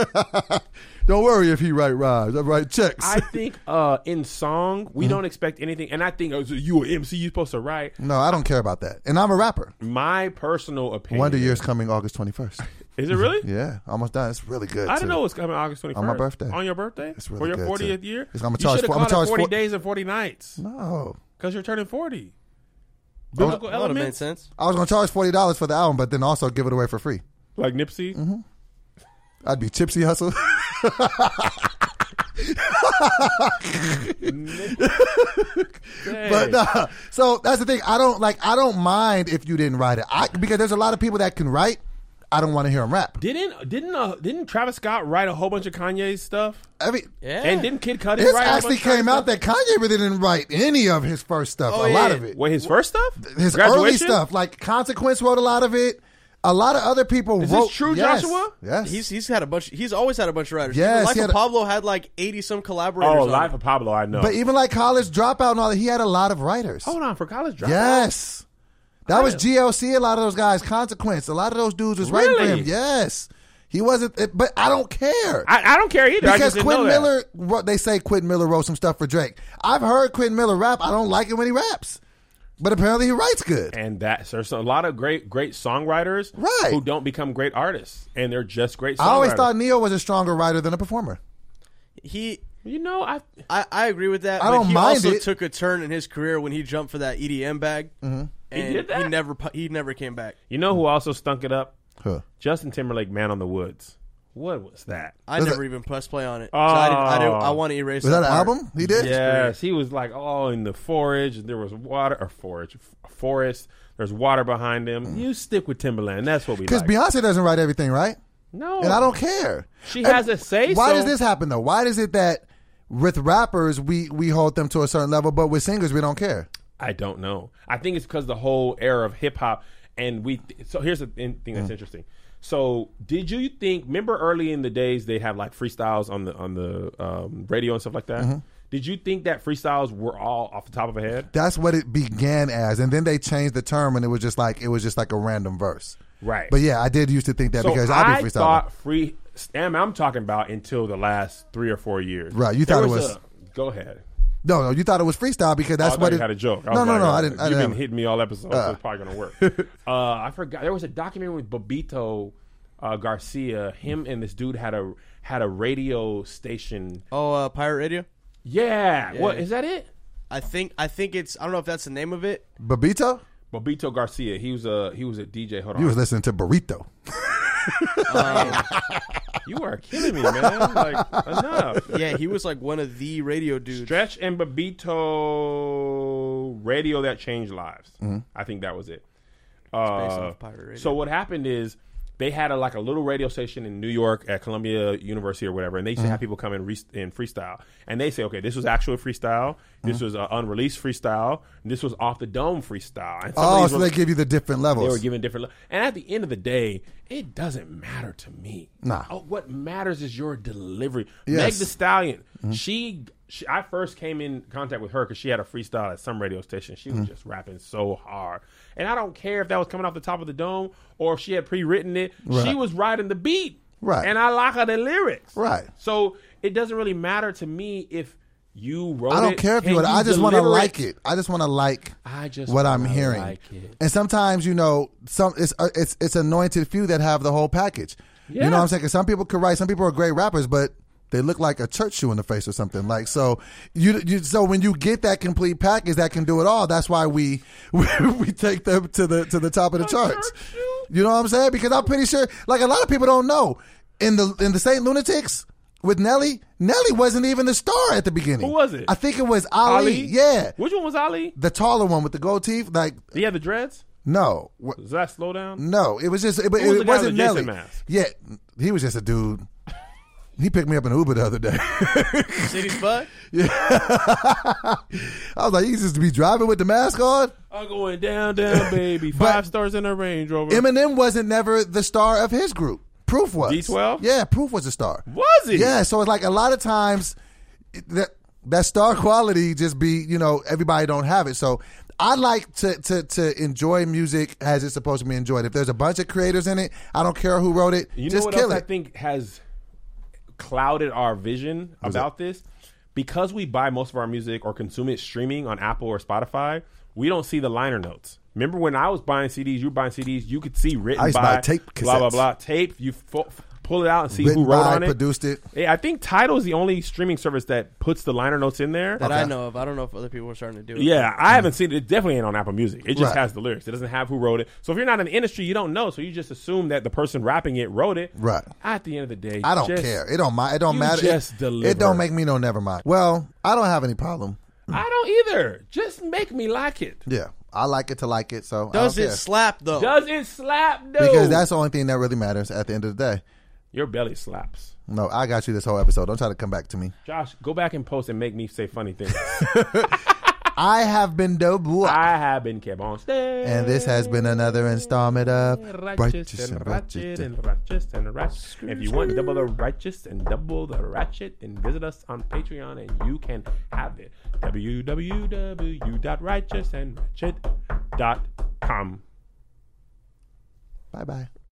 A: Don't worry if he write rhymes. I write checks.
B: I think uh, in song
A: Mm-hmm.
B: we don't expect anything, and I think oh, so you a MC, you supposed to write.
A: no, I don't care about that. And I'm a rapper.
B: My personal opinion.
A: Wonder Year's coming August
B: <laughs>
A: 21st.
B: Is it really?
A: Yeah, almost done. It's really good.
B: I
A: too.
B: didn't know it was coming August twenty first
A: On my birthday.
B: On your birthday.
A: It's really
B: for your
A: good, too.
B: fortieth year.
A: It's- I'ma
B: You
A: charge
B: should've
A: four- I'ma
B: called
A: charge
B: it forty
A: four-
B: days and forty nights
A: No,
B: because you're turning forty. Biblical
C: That would have made
B: elements
C: sense.
A: I was gonna charge forty dollars for the album, but then also give it away for free.
B: like Nipsey.
A: Mm-hmm. I'd be Chipsy Hustle. <laughs>
B: Hey.
A: but nah, so that's the thing. I don't like. I don't mind if you didn't write it. I because there's a lot of people that can write. I don't want to hear them rap.
B: didn't didn't uh, didn't Travis Scott write a whole bunch of Kanye's stuff?
A: Every
C: Yeah.
B: And didn't Kid Cudi
A: This
B: write? a whole
A: actually
B: bunch of Kanye's
A: came out that
B: stuff?
A: Kanye really didn't write any of his first stuff.
C: Oh,
A: a
C: yeah,
A: lot
C: yeah.
A: of it,
B: Wait, his first stuff?
A: his early
B: Graduation?
A: stuff, like Consequence, wrote a lot of it. A lot of other people
B: Is this
A: wrote.
B: true,
A: yes,
B: Joshua?
A: Yes.
C: He's he's had a bunch. He's always had a bunch of writers.
A: Yes,
C: Even Life
A: he
C: of
A: had a-
C: Pablo had like eighty some collaborators.
B: Oh,
C: on
B: Life
C: it.
B: of Pablo, I know.
A: but even like college dropout and all that, he had a lot of writers.
B: Hold on, for college dropout.
A: Yes. That was GLC. A lot of those guys, consequence. A lot of those dudes was writing for
B: Really?
A: him. Yes, he wasn't. it- But I don't care
B: I, I don't care either. I
A: because
B: just didn't
A: Quentin
B: know that.
A: Miller. wrote- They say Quentin Miller wrote some stuff for Drake. I've heard Quentin Miller rap. I don't like it when he raps, but apparently he writes good.
B: and that's there's a lot of great great songwriters
A: Right.
B: who don't become great artists and they're just great songwriters.
A: I always thought Neo was a stronger writer than a performer.
C: He,
B: you know I
C: I, I agree with that.
A: I
C: but
A: don't
C: he
A: mind
C: also
A: it.
C: took a turn in his career when he jumped for that EDM bag, mm-hmm. and
B: did that?
C: he never pu- he never came back.
B: you know who also stunk it up
A: Huh.
B: Justin Timberlake Man on the Woods what was that
C: I
A: Was
C: never
A: that-
C: even press play on it. so I, didn't, I, didn't, I
B: Oh.
C: want to erase.
A: Was that an
C: part.
A: album he did?
B: yes he was like all in the forage and there was water or forage f- forest there's water behind him you stick with Timberland that's what we
A: Mm. Because
B: like
A: Beyonce doesn't write everything, right?
B: no
A: And I don't care.
B: She
A: And
B: has a say,
A: Why
B: so-
A: does this happen though? Why is it that with rappers we we hold them to a certain level, but with singers we don't care?
B: I don't know. I think it's because the whole era of hip hop, and we. So here's the thing thing that's
A: Mm.
B: interesting. So did you think? Remember early in the days they had like freestyles on the on the um, radio and stuff like that.
A: Mm-hmm.
B: Did you think that freestyles were all off the top of a head?
A: That's what it began as, and then they changed the term, and it was just like it was just like a random verse.
B: Right.
A: But yeah, I did used to think that
B: So
A: because I'd
B: I
A: be freestyling.
B: thought free. And I'm talking about until the last three or four years.
A: Right, you
B: There
A: thought it was-
B: a- go ahead.
A: no, no, you thought it was freestyle because that's
B: Oh, I thought
A: what
B: you
A: it
B: had a joke. I
A: no,
B: was
A: no,
B: like,
A: no,
B: uh,
A: I didn't. I
B: You've
A: didn't
B: been
A: have-
B: hitting me all episode, so it's probably gonna
A: <laughs>
B: work. uh, I forgot. There was a documentary with Bobito uh, Garcia. Him and this dude had a had a radio station.
C: Oh, uh, Pirate Radio.
B: Yeah. What is that? It.
C: I think I think it's I don't know if that's the name of it.
A: Bobito.
B: Bobito Garcia. He was a he was a DJ. Hold on.
A: You was listening to Burrito.
B: you are killing me, man. Like enough.
C: Yeah, he was like one of the radio dudes.
B: Stretch and Bobito radio that changed lives.
A: Mm-hmm.
B: I think that was it.
C: based
B: Uh,
C: off pirate radio.
B: So what happened is they had a, like a little radio station in New York at Columbia University or whatever, and they used
A: Mm-hmm.
B: to have people come in, re- in freestyle, and they say, okay, this was actual freestyle, this
A: Mm-hmm.
B: was uh, unreleased freestyle, and this was off the dome freestyle. And some of
A: Oh,
B: these
A: so
B: were-
A: they give you the different levels.
B: they were given different. le- And at the end of the day, it doesn't matter to me.
A: Nah.
B: Oh, what matters is your delivery. Meg
A: Yes. Mm-hmm.
B: The Stallion. She, she. I first came in contact with her because she had a freestyle at some radio station. She
A: Mm-hmm.
B: was just rapping so hard, and I don't care if that was coming off the top of the dome or if she had pre-written it. She
A: Right.
B: was riding the beat.
A: Right.
B: And I like her the lyrics.
A: Right.
B: So it doesn't really matter to me if you wrote.
A: I don't
B: it,
A: care if
B: can
A: you. would- I just want to
B: deliver
A: like it. I just want to like.
B: I just
A: what I'm
B: wanna
A: hearing.
B: like it.
A: And sometimes you know, some it's uh, it's it's anointed few that have the whole package. You know what I'm saying? 'Cause some people could write. Some people are great rappers, but they look like a church shoe in the face or something. Like so, you you so when you get that complete package that can do it all. That's why we <laughs> we, take them to the to the top of the charts.
B: church shoe?
A: You know what I'm saying? Because I'm pretty sure, like a lot of people don't know, in the in the Saint Lunatics with Nelly, Nelly wasn't even the star at the beginning.
B: Who was it?
A: I think it was Ali. Yeah,
B: Which one was Ali?
A: the taller one with the gold teeth. Like
B: Did he have the dreads?
A: no, Wh-
B: Does that slow down?
A: no, it was just it,
B: Who was the
A: it
B: guy with
A: wasn't
B: the Jason
A: Nelly.
B: mask?
A: Yeah, he was just a dude. He picked me up in Uber the other day. <laughs>
C: <laughs> City's Bud.
A: I was like, "You just be driving with the mask on."
B: I'm going
A: <laughs>
B: down, down, baby.
A: But-
B: Five stars in a Range Rover.
A: Eminem wasn't never the star of his group. Proof was
B: D12?
A: Yeah, Proof was a star.
B: Was he?
A: Yeah, so it's like a lot of times it- that that star quality just be you know everybody don't have it. So I like to to to enjoy music as it's supposed to be enjoyed. If there's a bunch of creators in it, I don't care who wrote it.
B: you know
A: just
B: what
A: kill
B: else
A: it.
B: I think has clouded our vision about this? Because we buy most of our music or consume it streaming on Apple or Spotify, we don't see the liner notes. Remember when I was buying CDs, you were buying CDs, you could see written
A: I used to
B: by
A: buy tape
B: blah blah
A: cassettes.
B: blah tape. You fo- f- pull it out and see
A: Written
B: who wrote
A: by,
B: on it,
A: produced it.
B: Yeah, I think Tidal is the only streaming service that puts the liner notes in there.
C: That I know of. I don't know if other people are starting to do it.
B: Yeah, I haven't seen it. It definitely ain't on Apple Music. It just
A: Right.
B: has the lyrics. It doesn't have who wrote it. So if you're not in the industry, you don't know. So you just assume that the person rapping it wrote it.
A: Right.
B: At the end of the day,
A: I don't
B: just-
A: care. It don't mind. It don't
B: You
A: matter.
B: just
A: it,
B: deliver.
A: it don't make me no never mind. Well, I don't have any problem.
B: I don't either. Just make me like it.
A: Yeah, I like it to like it. So
C: Does
A: I
C: it
A: don't care.
C: slap though?
B: Does it slap, dude?
A: because that's the only thing that really matters at the end of the day.
B: your belly slaps.
A: No, I got you this whole episode. Don't try to come back to me.
B: Josh, go back and post and make me say funny things.
A: I have been dope.
B: I have been kept on staying.
A: And this has been another installment of
B: Righteous and ratchet and righteous and ratchet. If you want double the righteous and double the ratchet, then visit us on Patreon and you can have it. www.righteousandrachet.com.
A: Bye bye.